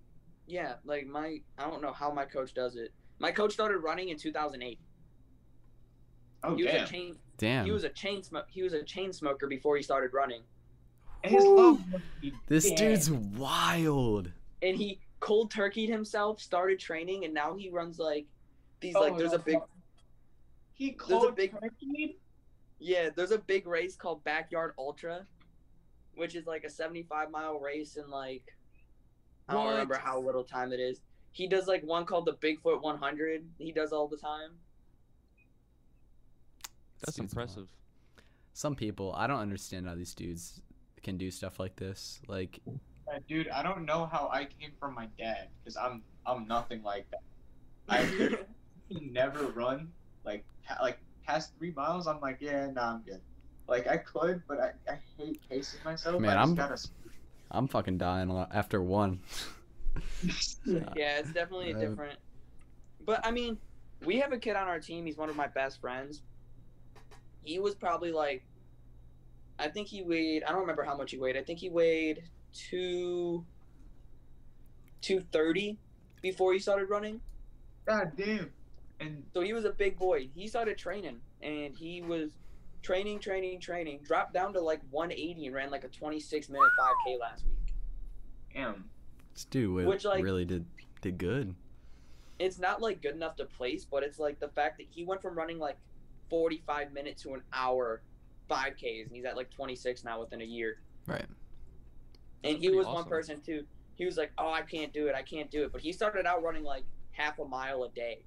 C: Yeah, like my I don't know how my coach does it. My coach started running in two thousand eight.
D: Oh
C: he was
D: damn!
C: a chain.
B: Damn.
C: He was a chain smoke. He was a chain smoker before he started running.
D: And his love must be
B: This
D: dead.
B: dude's wild.
C: and he cold turkeyed himself, started training, and now he runs like these
D: Oh
C: like
D: my
C: there's a
D: God.
C: big
D: He
C: a
D: called
C: big-
D: turkey.
C: yeah there's a big race called Backyard Ultra, which is like a 75 mile race in like I don't
A: What?
C: remember how little time it is. He does like one called the Bigfoot 100. He does all the time.
A: That's
B: Dude's wild.
A: impressive.
B: Some people, I don't understand how these dudes can do stuff like this. Like,
D: Yeah, Uh, dude, I don't know how I came from my dad because I'm I'm nothing like that. I could never run like pa- like past three miles. I'm like, yeah, nah, I'm good. Like I could, but I, I hate pacing myself.
B: Man,
D: I just
B: I'm-
D: gotta.
B: I'm fucking dying a lot after one.
C: yeah, it's definitely a
B: Uh,
C: different. But I mean, we have a kid on our team. He's one of my best friends. He was probably like, I think he weighed. I don't remember how much he weighed. I think he weighed two, two thirty before he started running.
D: God damn. And
C: So he was a big boy. He started training, and he was training, training, training. Dropped down to like one eighty and ran like a twenty six minute five k last week.
D: am
B: This dude wa-
C: Which, like-
B: really did did good.
C: it's not like good enough to place, but it's like the fact that he went from running like 45 minutes to an hour 5Ks, and he's at like 26 now within a year.
B: Right.
C: And
A: That's
C: he
A: pretty
C: was one
A: awesome.
C: person too. He was like, "Oh, I can't do it. I can't do it." But he started out running like half a mile a day.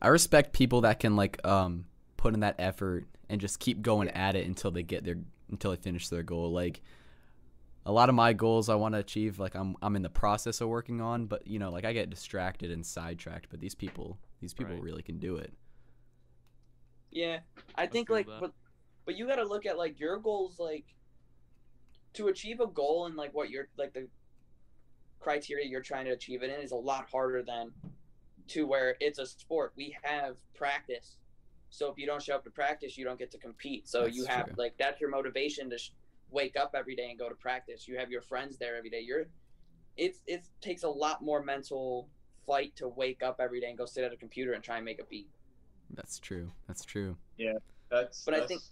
B: I respect people that can like um put in that effort and just keep going at it until they get their until they finish their goal. Like a lot of my goals I want to achieve, like I'm I'm in the process of working on, but you know, like I get distracted and sidetracked. But these people, these people
A: Right.
B: really can do it.
C: Yeah, I think
A: feel
C: like,
A: that.
C: but but you got to look at like your goals, like to achieve a goal and like what you're like the criteria you're trying to achieve it in is a lot harder than to where it's a sport. We have practice. So if you don't show up to practice, you don't get to compete. So you
B: That's
C: have
B: true.
C: like that's your motivation to sh- wake up every day and go to practice. You have your friends there every day. You're it's it takes a lot more mental fight to wake up every day and go sit at a computer and try and make a beat.
B: That's true. That's true.
D: That's.
C: But I
D: that's
C: think-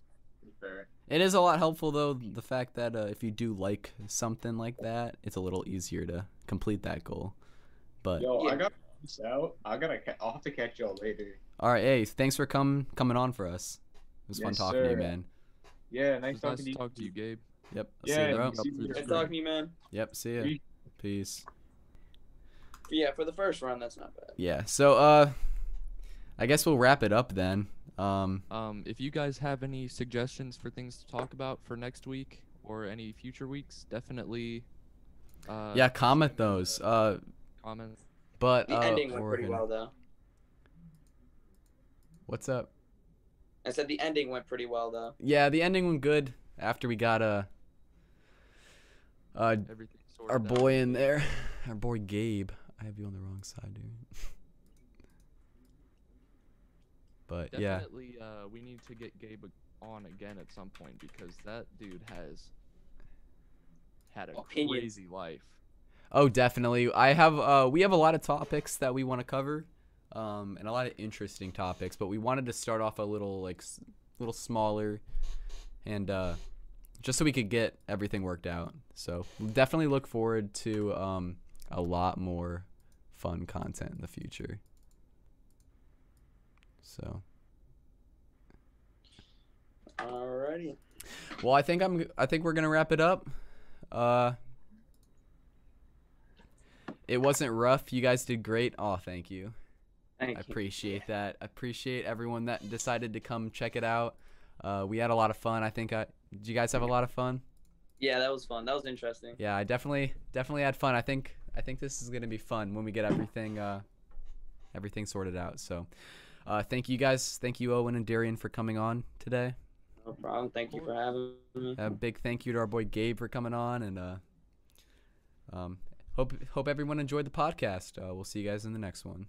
D: pretty fair.
B: It is a lot helpful though the fact that uh, if you do like something like that, it's a little easier to complete that goal. But
D: Yo,
C: Yeah.
D: I got peace out. I gotta. ca- I'll have to catch y'all later.
B: all right, hey, thanks for come coming on for us. It was fun
D: Yes,
B: talking to you,
D: sir.
B: man.
D: Yeah,
A: It
D: nice
A: was
D: talking
A: nice
D: to
A: to
D: you.
A: talk to you, Gabe.
B: Yep. I'll see
D: Yeah,
B: you, bro.
A: Up through the
D: Good
C: Good
A: screen.
C: talking to you, man.
B: Yep. See ya.
D: Peace.
B: Peace.
C: Yeah, for the first round, that's not bad.
B: Yeah. So uh, I guess we'll wrap it up then. Um,
A: Um, if you guys have any suggestions for things to talk about for next week or any future weeks, definitely uh,
B: yeah, comment those. Uh,
A: comment.
B: but
C: The
B: uh,
C: ending
B: we're
C: went pretty
B: gonna-
C: well though.
B: What's up?
C: I said the ending went pretty well though.
B: Yeah, the ending went good after we got uh, uh
A: Everything sorted
B: our
A: out.
B: boy in there, our boy Gabe. I have you on the wrong side, dude. But yeah,
A: Definitely, uh, we need to get Gabe on again at some point because that dude has had a
C: Opinions.
A: crazy life.
B: oh, definitely. I have uh, we have a lot of topics that we want to cover, um, and a lot of interesting topics. But we wanted to start off a little like s- little smaller, and uh, just so we could get everything worked out. So we'll definitely look forward to um, a lot more fun content in the future. So.
C: Alrighty.
B: Well, I think I'm. I think we're gonna wrap it up. Uh, it wasn't rough. You guys did great. Oh, thank you.
C: Thank
B: I
C: you.
B: appreciate that. I appreciate everyone that decided to come check it out. Uh, we had a lot of fun. I think I. Did you guys have a lot of fun?
C: yeah, that was fun. That was interesting.
B: Yeah, I definitely definitely had fun. I think I think this is gonna be fun when we get everything uh, everything sorted out. So, uh, thank you guys. Thank you Owen and Darian for coming on today.
C: No problem. Thank you for having me.
B: a big thank you to our boy Gabe for coming on, and uh, um, hope hope everyone enjoyed the podcast. Uh, we'll see you guys in the next one.